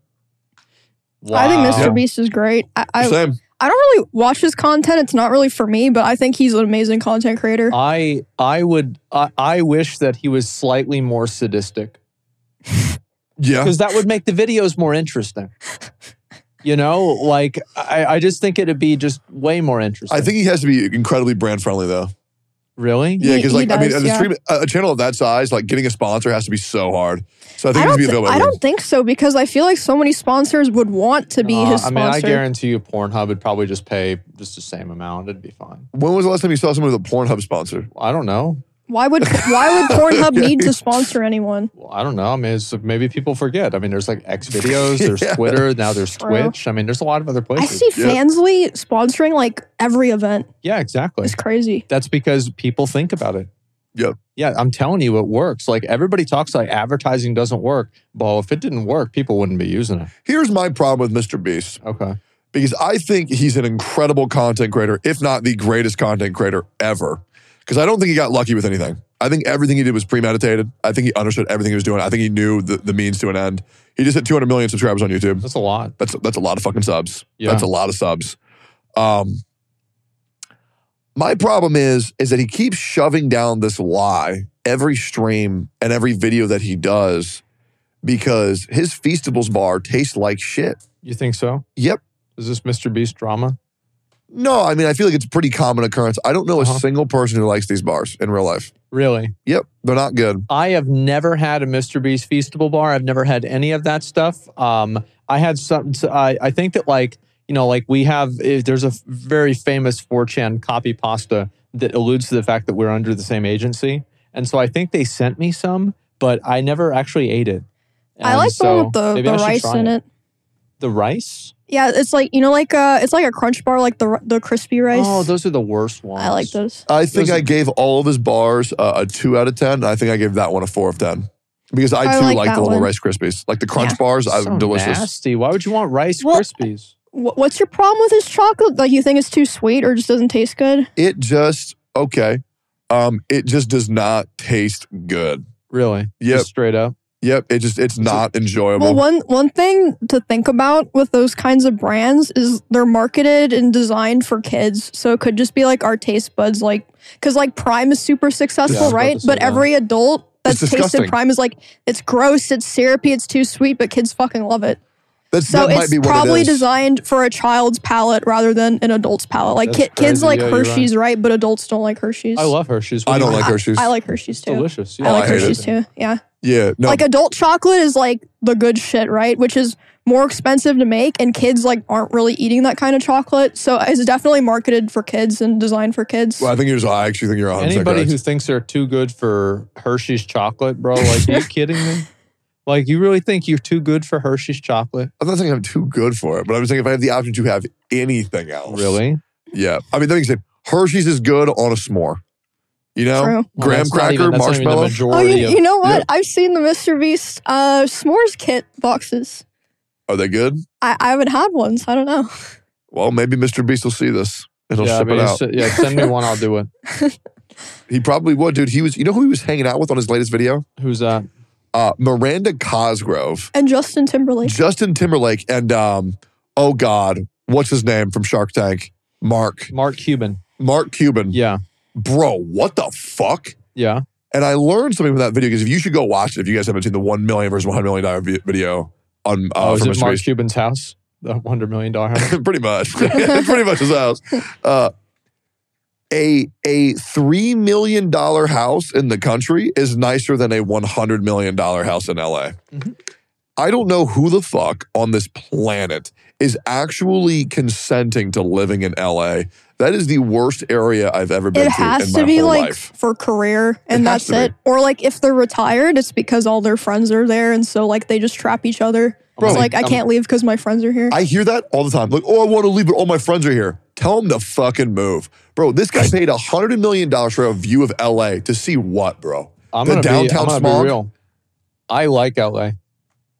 wow. I think Mr. Yeah. Beast is great. I, I Same. I don't really watch his content. It's not really for me, but I think he's an amazing content creator. i i would I, I wish that he was slightly more sadistic Yeah. because that would make the videos more interesting you know like i i just think it'd be just way more interesting I think he has to be incredibly brand friendly, though. really Yeah, He- because he like I mean, does, as a, yeah. stream, a a channel of that size, like getting a sponsor has to be so hard. So I think I it needs don't, to be thi- available. I don't think so because I feel like so many sponsors would want to be Uh, his I sponsor. mean, I guarantee you, Pornhub would probably just pay just the same amount. It'd be fine. when was the last time you saw someone with a Pornhub sponsor? I don't know. why would why would Pornhub need to sponsor anyone? Well, I don't know. I mean, it's, maybe people forget. I mean, there's like X videos, there's Twitter, now there's True. Twitch. I mean, there's a lot of other I places. see Yeah. Fansly sponsoring like every event. Yeah, exactly. It's crazy. That's because people think about it. Yep. Yeah, I'm telling you, it works. Like everybody talks like advertising doesn't work. Well, if it didn't work, people wouldn't be using it. Here's my problem with Mr. Beast Okay. because I think he's an incredible content creator, if not the greatest content creator ever. because I don't think he got lucky with anything. I think everything he did was premeditated. I think he understood everything he was doing. I think he knew the, the means to an end. He just hit 200 million subscribers on YouTube. That's a lot. That's that's a lot of fucking subs. Yeah. That's a lot of subs. Um, my problem is is that he keeps shoving down this lie every stream and every video that he does because his Feastables bar tastes like shit. You think so? Yep. Is this Mr. Beast drama? No, I mean I feel like it's a pretty common occurrence. I don't know Uh-huh. a single person who likes these bars in real life. Really? Yep, they're not good. I have never had a Mr. Beast Feastable bar. I've never had any of that stuff. Um, I had some. so I I think that like you know like we have eh, there's a very famous 4chan copy pasta that alludes to the fact that we're under the same agency, and so I think they sent me some, but I never actually ate it. I And like the so one with the, maybe I the should rice try in it. The rice? Yeah, it's like you know, like uh, it's like a crunch bar, like the the crispy rice. Oh, those are the worst ones. I like those. I think Those- I gave all of his bars uh, a two out of ten. and I think I gave that one a four of ten because I, I too like like that the little one. Rice Krispies, like the Crunch Yeah. bars. So I'm delicious. nasty. Why would you want Rice Well, Krispies? Wh- What's your problem with his chocolate? Like you think it's too sweet or just doesn't taste good? It just okay. Um, it just does not taste good. Really? Yep, Just straight up. yep. It just it's not enjoyable. Well, one one thing to think about with those kinds of brands is they're marketed and designed for kids, so it could just be like our taste buds, like because like Prime is Yeah, super I successful, was about right? to say But that. every adult that's tasted disgusting. Prime is like it's gross, it's syrupy, it's too sweet, but kids fucking love it. That's, So that might it's be what probably it is. designed for a child's palate rather than an adult's palate. Like That's ki- kids crazy. like Yeah, you're right. Hershey's, right. But adults don't like Hershey's. I love Hershey's. What do I you don't mean? like Hershey's. I like Hershey's too. Delicious. I Yeah. Oh, like I hate Hershey's too. Yeah. yeah, no. Like adult chocolate is like the good shit, right? Which is more expensive to make, and kids like aren't really eating that kind of chocolate. So it's definitely marketed for kids and designed for kids. well, I think you're. I actually think you're 100 percent Anybody correct. who thinks they're too good for Hershey's chocolate, bro, like, are you kidding me? Like, you really think you're too good for Hershey's chocolate? I'm not saying I'm too good for it, but I'm saying if I have the option to have anything else, Really? Yeah, I mean, that makes sense. Hershey's is good on a s'more. You know, True. Well, graham that's not cracker, even- that's not even the marshmallow. Oh, majority you, of- you know what? yeah. I've seen the Mr. Beast uh, s'mores kit boxes. Are they good? I, I haven't had one, so I don't know. Well, maybe Mr. Beast will see this and he'll yeah, I ship mean, it out. it's- yeah, send me one, I'll do it. he probably would, dude. He was. You know who he was hanging out with on his latest video? Who's that? Uh, Miranda Cosgrove, And Justin Timberlake. Justin Timberlake, and um, oh god, what's his name from Shark Tank? Mark Mark Cuban. Mark Cuban. Yeah. Bro, what the fuck? Yeah. And I learned something from that video because if you should go watch it, if you guys haven't seen the one million versus one hundred million dollar vi- video on uh, oh, is from it Mr. Mark Beast. Cuban's house? The $100 million house? pretty much. pretty much his house. Uh, a a three million dollar house in the country is nicer than a one hundred million dollar house in LA. Mm-hmm. Mhm. I don't know who the fuck on this planet is actually consenting to living in LA. That is the worst area I've ever been It to has in to my be whole like life. for career and that's has to be. it. Or like if they're retired, it's because all their friends are there and so like they just trap each other. Bro, it's like I I'm- can't leave because my friends are here. I hear that all the time. Like, oh, I want to leave, but all my friends are here. Tell him to fucking move. Bro, this guy paid $100 million for a view of LA to see what, bro? I'm the gonna be, downtown I'm gonna smog? Be real. I like LA.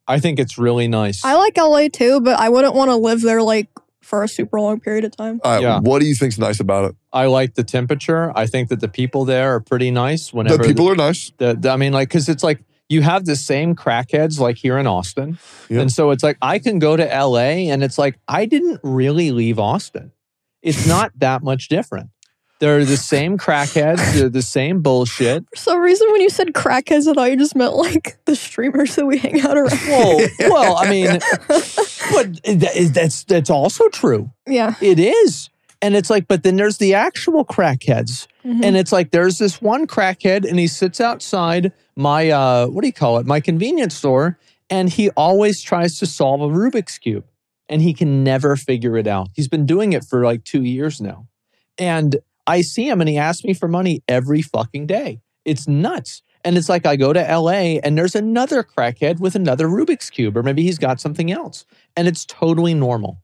I think it's really nice. I like LA too, but I wouldn't want to live there like for a super long period of time. All right, Yeah. what do you think's nice about it? I like the temperature. I think that the people there are pretty nice. Whenever the people are nice. The, the- I mean, like, because it's like you have the same crackheads like here in Austin. Yeah. And so it's like I can go to LA and it's like I didn't really leave Austin. It's not that much different. They're the same crackheads, they're the same bullshit. For some reason when you said crackheads, I thought you just meant like the streamers that we hang out around. Well, Oh, well, I mean, but that, that's that's also true. yeah. It is. And it's like, but then there's the actual crackheads. Mhm. And it's like there's this one crackhead, and he sits outside my uh, what do you call it? My convenience store, and he always tries to solve a Rubik's cube, and he can never figure it out. He's been doing it for like two years now, and I see him, and he asks me for money every fucking day. It's nuts. And it's like I go to LA and there's another crackhead with another Rubik's Cube, or maybe he's got something else. And it's totally normal.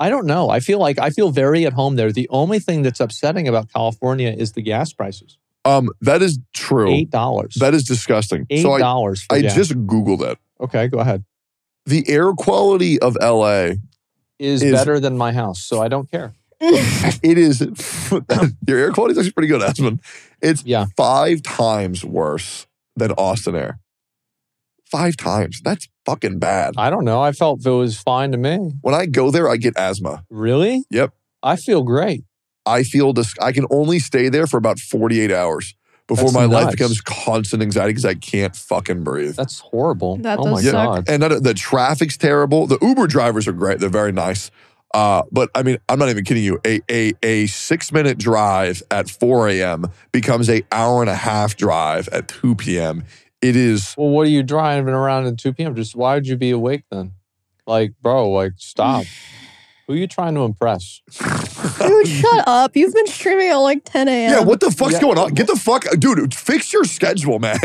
I don't know. I feel like I feel very at home there. The only thing that's upsetting about California is the gas prices. Um, that is true. Eight dollars. That is disgusting. Eight So I, dollars for I gas. just Googled it. okay, go ahead. The air quality of LA Is, Is- better than my house, so I don't care. it is your air quality is actually pretty good, Aspen. It's Yeah. five times worse than Austin air. Five times. That's fucking bad. I don't know. I felt it was fine to me. When I go there, I get asthma. Really? Yep. I feel great. I feel dis- I can only stay there for about 48 hours before That's my life nuts. becomes constant anxiety because I can't fucking breathe. That's horrible. That oh my does suck. god. and none of- the traffic's terrible. The Uber drivers are great; they're very nice. Uh, but I mean, I'm not even kidding you. A a a six minute drive at 4 a.m. becomes a hour and a half drive at 2 p.m. It is Well, what are you driving around at 2 p.m.? Just why would you be awake then? Like, bro, like stop. Who are you trying to impress? Dude, shut up. You've been streaming at like 10 a.m. yeah. What the fuck's Yeah. going on? Get the fuck, dude. Fix your schedule, man.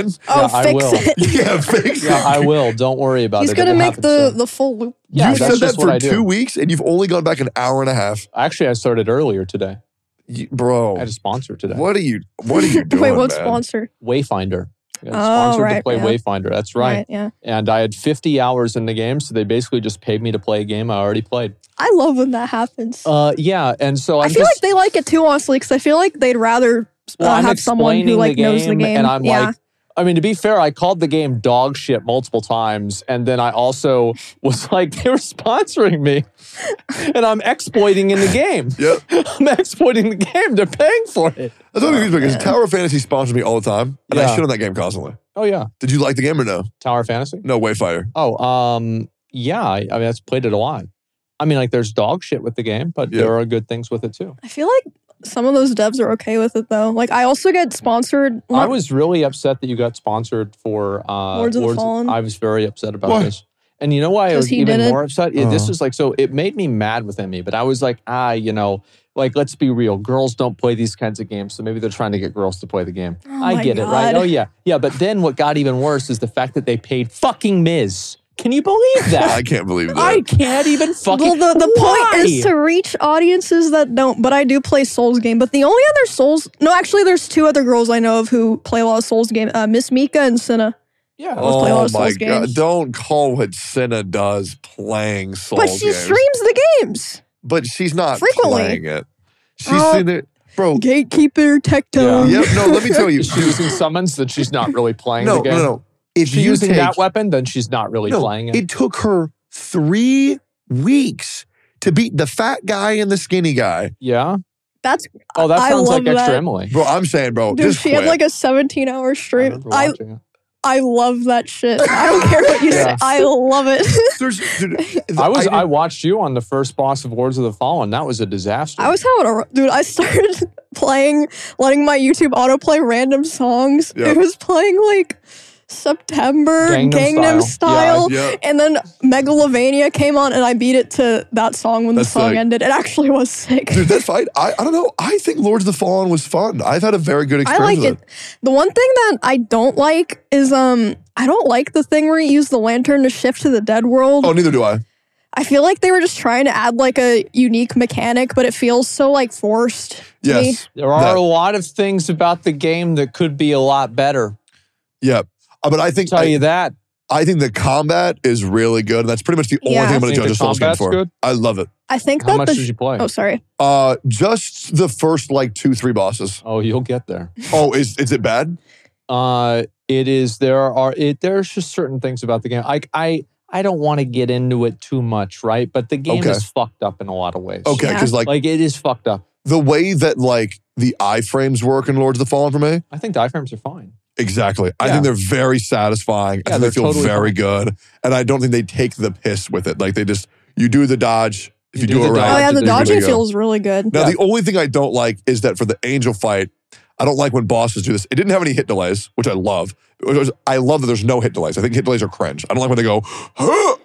Yeah, Oh, I fix will. it. yeah, fix Yeah, it. I will. Don't worry about He's it. going to It'll make happen the, soon. the full loop. yeah, You've that's said that just what for I do. two weeks, and you've only gone back an hour and a half, Actually, I started earlier today. You- bro. I had a sponsor today. What are you? What are you doing, Wait, what man? sponsor? Wayfinder. I got Oh, sponsored to right, play yeah. Wayfinder. That's right. Yeah. And I had 50 hours in the game, so they basically just paid me to play a game I already played. I love when that happens. Uh, yeah, and so I I'm feel just like they like it too, honestly, because I feel like they'd rather well, uh, I'm have someone who explaining like the knows the game. and I'm yeah. like, I mean, to be fair, I called the game dog shit multiple times, and then I also was like, they were sponsoring me, and I'm exploiting in the game. Yep. I'm exploiting the game. They're paying for it. That's what I'm confused because Tower of Fantasy sponsors me all the time, and I Yeah. shit on that game constantly. Oh yeah, Did you like the game or no? Tower Fantasy. No, Wayfinder. Oh, um, yeah. I, I mean, I've played it a lot. I mean, like, there's dog shit with the game, but Yeah. there are good things with it too. I feel like some of those devs are okay with it though. Like I also get sponsored. I was really upset that you got sponsored for uh, Lords of the Fallen? I was very upset about Why? this. And you know why I 'Cause was he even did it? more upset? Yeah, This Uh-huh. is like, so it made me mad within me, but I was like, ah, you know, like, let's be real. Girls don't play these kinds of games. So maybe they're trying to get girls to play the game. Oh I my get it, right? God. Oh, yeah. Yeah. But then what got even worse is the fact that they paid fucking Miz. Can you believe I that? can't believe that. I can't even fucking. well, the, the Why? point is to reach audiences that don't. But I do play Souls game. But the only other Souls, no, actually, there's two other girls I know of who play a lot of Souls game. Uh, Miss Mika and Senna. Yeah. Let's play all oh the my Souls god! games. Don't call what Senna does playing Souls But she games. streams the games. but she's not Frequently. playing it. She's Uh, sitting there, bro. Gatekeeper, Tectone. Yep. No, let me tell Oh, you. Is she using summons that she's not really playing no, the game? no, no. If Is she you using take, that weapon, then she's not really no, playing it. it took her three weeks to beat the fat guy and the skinny guy. Yeah. That's Oh, that I sounds like love extra that. Emily. Bro, I'm saying, bro, dude. Oh, just She quit. had like a 17 hour stream. remember I watching it. I love that shit. I don't care what you say. Yeah. I love it. There's, dude, I was. didn't- I, watched you on the first boss of Lords of the Fallen. That was a disaster. I was having a r- dude. I started playing, letting my YouTube autoplay random songs. Yeah. It was playing like September Gangnam Gangnam, Style. Style, Yeah. and then Megalovania came on, and I beat it to that song when That's the song like- ended. It actually was sick. Dude, that fight, I, I don't know. I think Lords of the Fallen was fun. I've had a very good I experience like with it. The one thing that I don't like is um I don't like the thing where you use the lantern to shift to the dead world. Oh, neither do I. I feel like they were just trying to add like a unique mechanic, but it feels so like forced. to me. Yes. there are that- a lot of things about the game that could be a lot better. Yeah. Uh, but I think Tell I, you that. I think the combat is really good. And that's pretty much the only Yeah. thing I'm going to Think judge the a Souls game combat's for. good? I love it. I think How that much the did you play? oh sorry, Uh, just the first like two, three bosses. Oh, you'll get there. Oh, is is it bad? Uh, it is. There are. It, there's just certain things about the game. I. I. I don't want to get into it too much, right? But the game Okay. is fucked up in a lot of ways. Okay, Yeah. because like, Like it is fucked up. the way that like the iframes work in Lords of the Fallen for me, I think the iframes are fine. exactly. I Yeah. think they're very satisfying. Yeah, I think they they're feel totally very good, and I don't think they take the piss with it. Like they just you do the dodge. If you, do, it the right, dodge, oh yeah, did the you dodging really go? feels really good. Now, the only thing I don't like is that for the angel fight, I don't like when bosses do this. It didn't have any hit delays, which I love. It was- I love that there's no hit delays. I think hit delays are cringe. I don't like when they go, huh!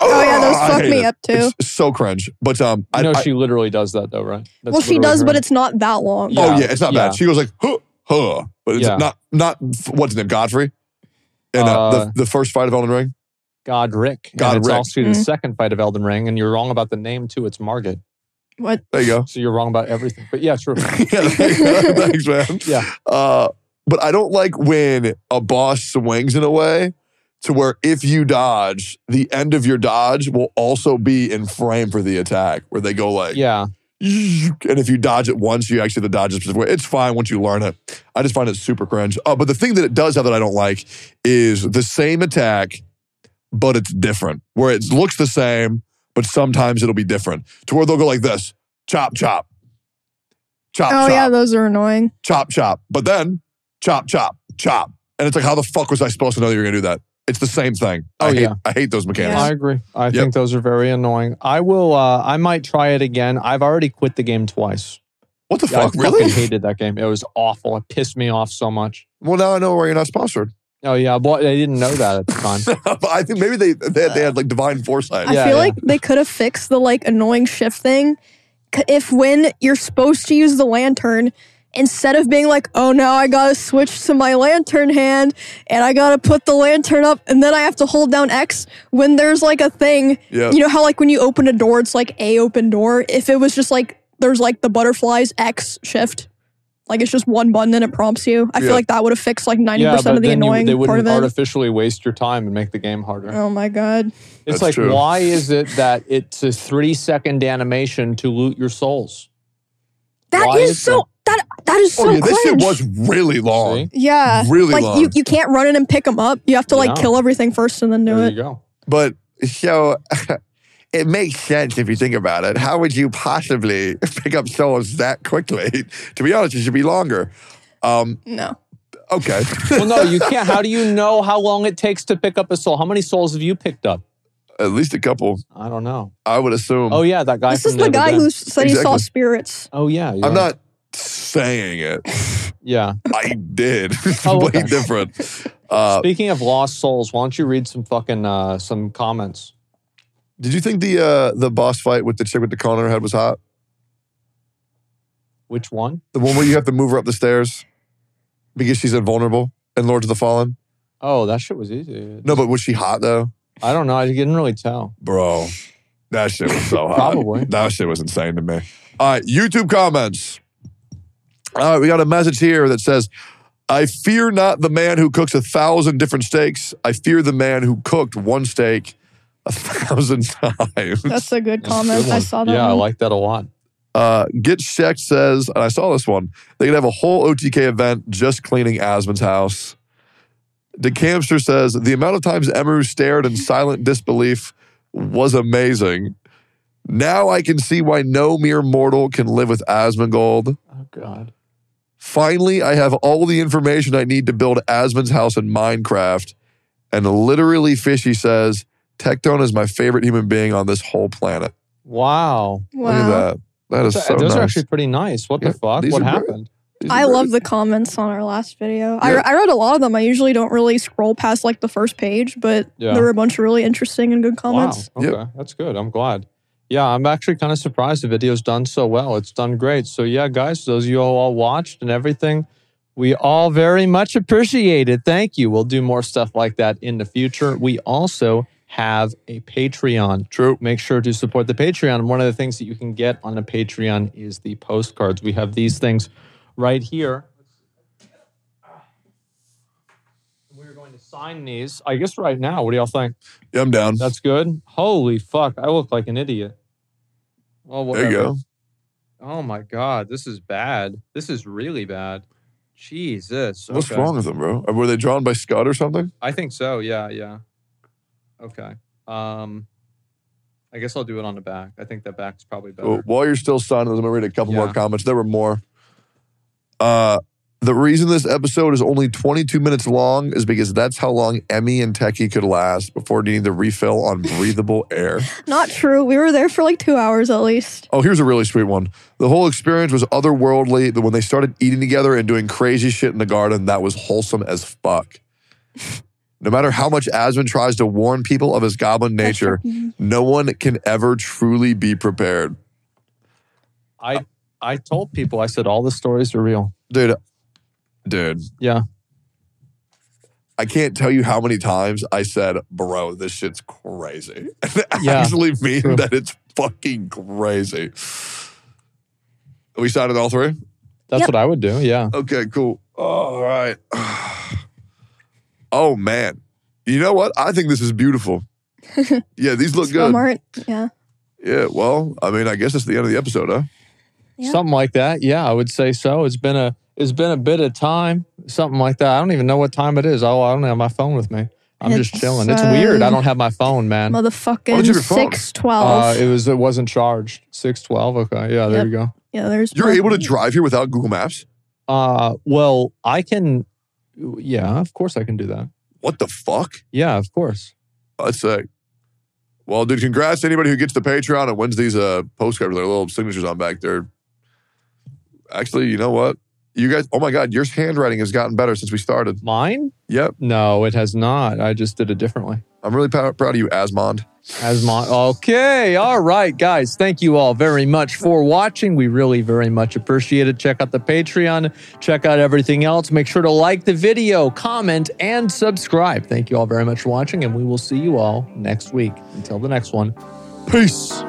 Oh yeah, those I fuck hate me it. up too. It's so cringe. But um, I I, know I- she literally does that though, right? That's Well, she literally does, her. but it's not that long. Yeah. oh yeah, it's not yeah. bad. She goes like, huh, huh, but it's Yeah. not not what's his name, Godfrey. And uh, Uh, the, the first fight of Elden Ring, Godric. And it's Godric. also the Mm. second fight of Elden Ring, and you're wrong about the name too. It's Margit. What? there you go. So you're wrong about everything. But yeah, true. yeah, thanks, man. Yeah. Uh, but I don't like when a boss swings in a way to where if you dodge, the end of your dodge will also be in frame for the attack, where they go like, Yeah. and if you dodge it once, you actually have to dodge it a specific way. It's fine once you learn it. I just find it super cringe. Uh, but the thing that it does have that I don't like is the same attack, but it's different. Where it looks the same, but sometimes it'll be different. To where they'll go like this: chop, chop, chop, Oh chop, yeah, those are annoying. chop, chop. But then chop, chop, chop, and it's like, how the fuck was I supposed to know you were gonna do that? It's the same thing. I Oh, hate, yeah. I hate those mechanics. I agree. I Yep. think those are very annoying. I will. Uh, I might try it again. I've already quit the game twice. What the Yeah, fuck? I Really? fucking hated that game. It was awful. It pissed me off so much. Well, now I know why you're not sponsored. Oh yeah, but I didn't know that at the time. but I think maybe they they had, they had like divine foresight. I Yeah, feel yeah. like they could have fixed the like annoying shift thing. C- If when you're supposed to use the lantern, instead of being like, oh no, I gotta switch to my lantern hand and I gotta put the lantern up and then I have to hold down X when there's like a thing. Yeah. You know how like when you open a door, it's like a open door. If it was just like there's like the butterflies X shift. Like it's just one button and it prompts you. I Yeah. feel like that would have fixed like ninety yeah, percent but of the then you, annoying they part wouldn't of it. artificially waste your time and make the game harder. oh my god. That's It's like, true. why is it that it's a three second animation to loot your souls? That is Why is so that that is so oh yeah, this shit cringe. was really long. See? Yeah. Really like long. you, you can't run in and pick them up. You have to like Yeah. kill everything first and then do There it. you go. But so it makes sense if you think about it. How would you possibly pick up souls that quickly? to be honest, it should be longer. Um, No. okay. Well, no, you can't. How do you know how long it takes to pick up a soul? How many souls have you picked up? At least a couple, I don't know. I would assume. Oh yeah, that guy. This from is the other guy day. who said he saw Exactly. spirits. Oh yeah, yeah. I'm not saying it. Yeah. I did. It's Oh, way okay. different. Uh, Speaking of lost souls, why don't you read some fucking uh, some comments? did you think the uh, the boss fight with the chick with the cone on her head was hot? Which one? The one where you have to move her up the stairs because she's invulnerable in Lords of the Fallen? Oh, that shit was easy. No, but was she hot though? I don't know. I didn't really tell. Bro, that shit was so hot. Probably. That shit was insane to me. All right, YouTube comments. All right, we got a message here that says, I fear not the man who cooks a thousand different steaks. I fear the man who cooked one steak a thousand That's a times. good That's a good comment. I one. saw that. Yeah, I one. like that a lot. Uh, Get Sheck says, and I saw this one, they could have a whole OTK event just cleaning Asmund's house. DeCamster says, the amount of times Emaru stared in silent disbelief was amazing. Now I can see why no mere mortal can live with Asmongold. Oh god. Finally, I have all the information I need to build Asmund's house in Minecraft. And literally, Fishy says, Tectone is my favorite human being on this whole planet. Wow. Look at Wow. that. That is Th- so Those nice. are actually pretty nice. What Yeah, the fuck? these What are great. happened? These are I really love the comments on our last video. I, Yeah. I read a lot of them. I usually don't really scroll past like the first page, but Yeah. there were a bunch of really interesting and good comments. Wow. Okay, that's good. I'm glad. Yeah, I'm actually kind of surprised the video's done so well. It's done great. So yeah, guys, those of you all watched and everything, we all very much appreciate it. Thank you. We'll do more stuff like that in the future. We also have a Patreon. True. Make sure to support the Patreon. One of the things that you can get on the Patreon is the postcards. We have these things right here. We're going to sign these. I guess right now. What do y'all think? Yeah, I'm down. That's good. Holy fuck, I look like an idiot. Well, there you whatever. go. Oh my god, this is bad. This is really bad. Jesus. What's okay. wrong with them, bro? Uh, Were they drawn by Scott or something? I think so. Yeah, yeah. Okay. Um I guess I'll do it on the back. I think that back's probably better. Well, while you're still signing, I'm gonna read a couple more Yeah. comments. There were more. Uh, the reason this episode is only 22 minutes long is because that's how long Emmy and Techie could last before needing to refill on breathable air. Not true. We were there for like two hours at least. Oh, here's a really sweet one. The whole experience was otherworldly, but when they started eating together and doing crazy shit in the garden, that was wholesome as fuck. No matter how much Asmund tries to warn people of his goblin That's nature, fucking- no one can ever truly be prepared. I I told people I said all the stories are real. Dude, dude. Yeah. I can't tell you how many times I said, bro, this shit's crazy. And I Yeah, actually mean true. that it's fucking crazy. Are we signing all three? That's Yep. what I would do. Yeah. Okay, cool. All right. Oh man. You know what? I think this is beautiful. yeah, these look good. Smart. Yeah. Yeah, well, I mean, I guess it's the end of the episode, huh? Yeah. Something like that. Yeah, I would say so. It's been a it's been a bit of time, something like that. I don't even know what time it is. Oh, I don't have my phone with me. I'm just It's, chilling. It's uh, weird. I don't have my phone, man. Where's Motherfucking your phone? six Uh, twelve. it was it wasn't charged. Six twelve. Okay. Yeah, there Yep. you go. yeah, there's. You're my- able to drive here without Google Maps? Uh well, I can yeah, of course I can do that. What the fuck? Yeah, of course. Let's say. Well, dude, congrats to anybody who gets the Patreon and wins these uh, postcards with their little signatures on back there. Actually, you know what? You guys, oh my God, your handwriting has gotten better since we started. Mine? Yep. No, it has not. I just did it differently. I'm really pr- proud of you, Asmond. As my okay, all right, guys. Thank you all very much for watching. We really very much appreciate it. Check out the Patreon. Check out everything else. Make sure to like the video, comment, and subscribe. Thank you all very much for watching, and we will see you all next week. Until the next one. Peace.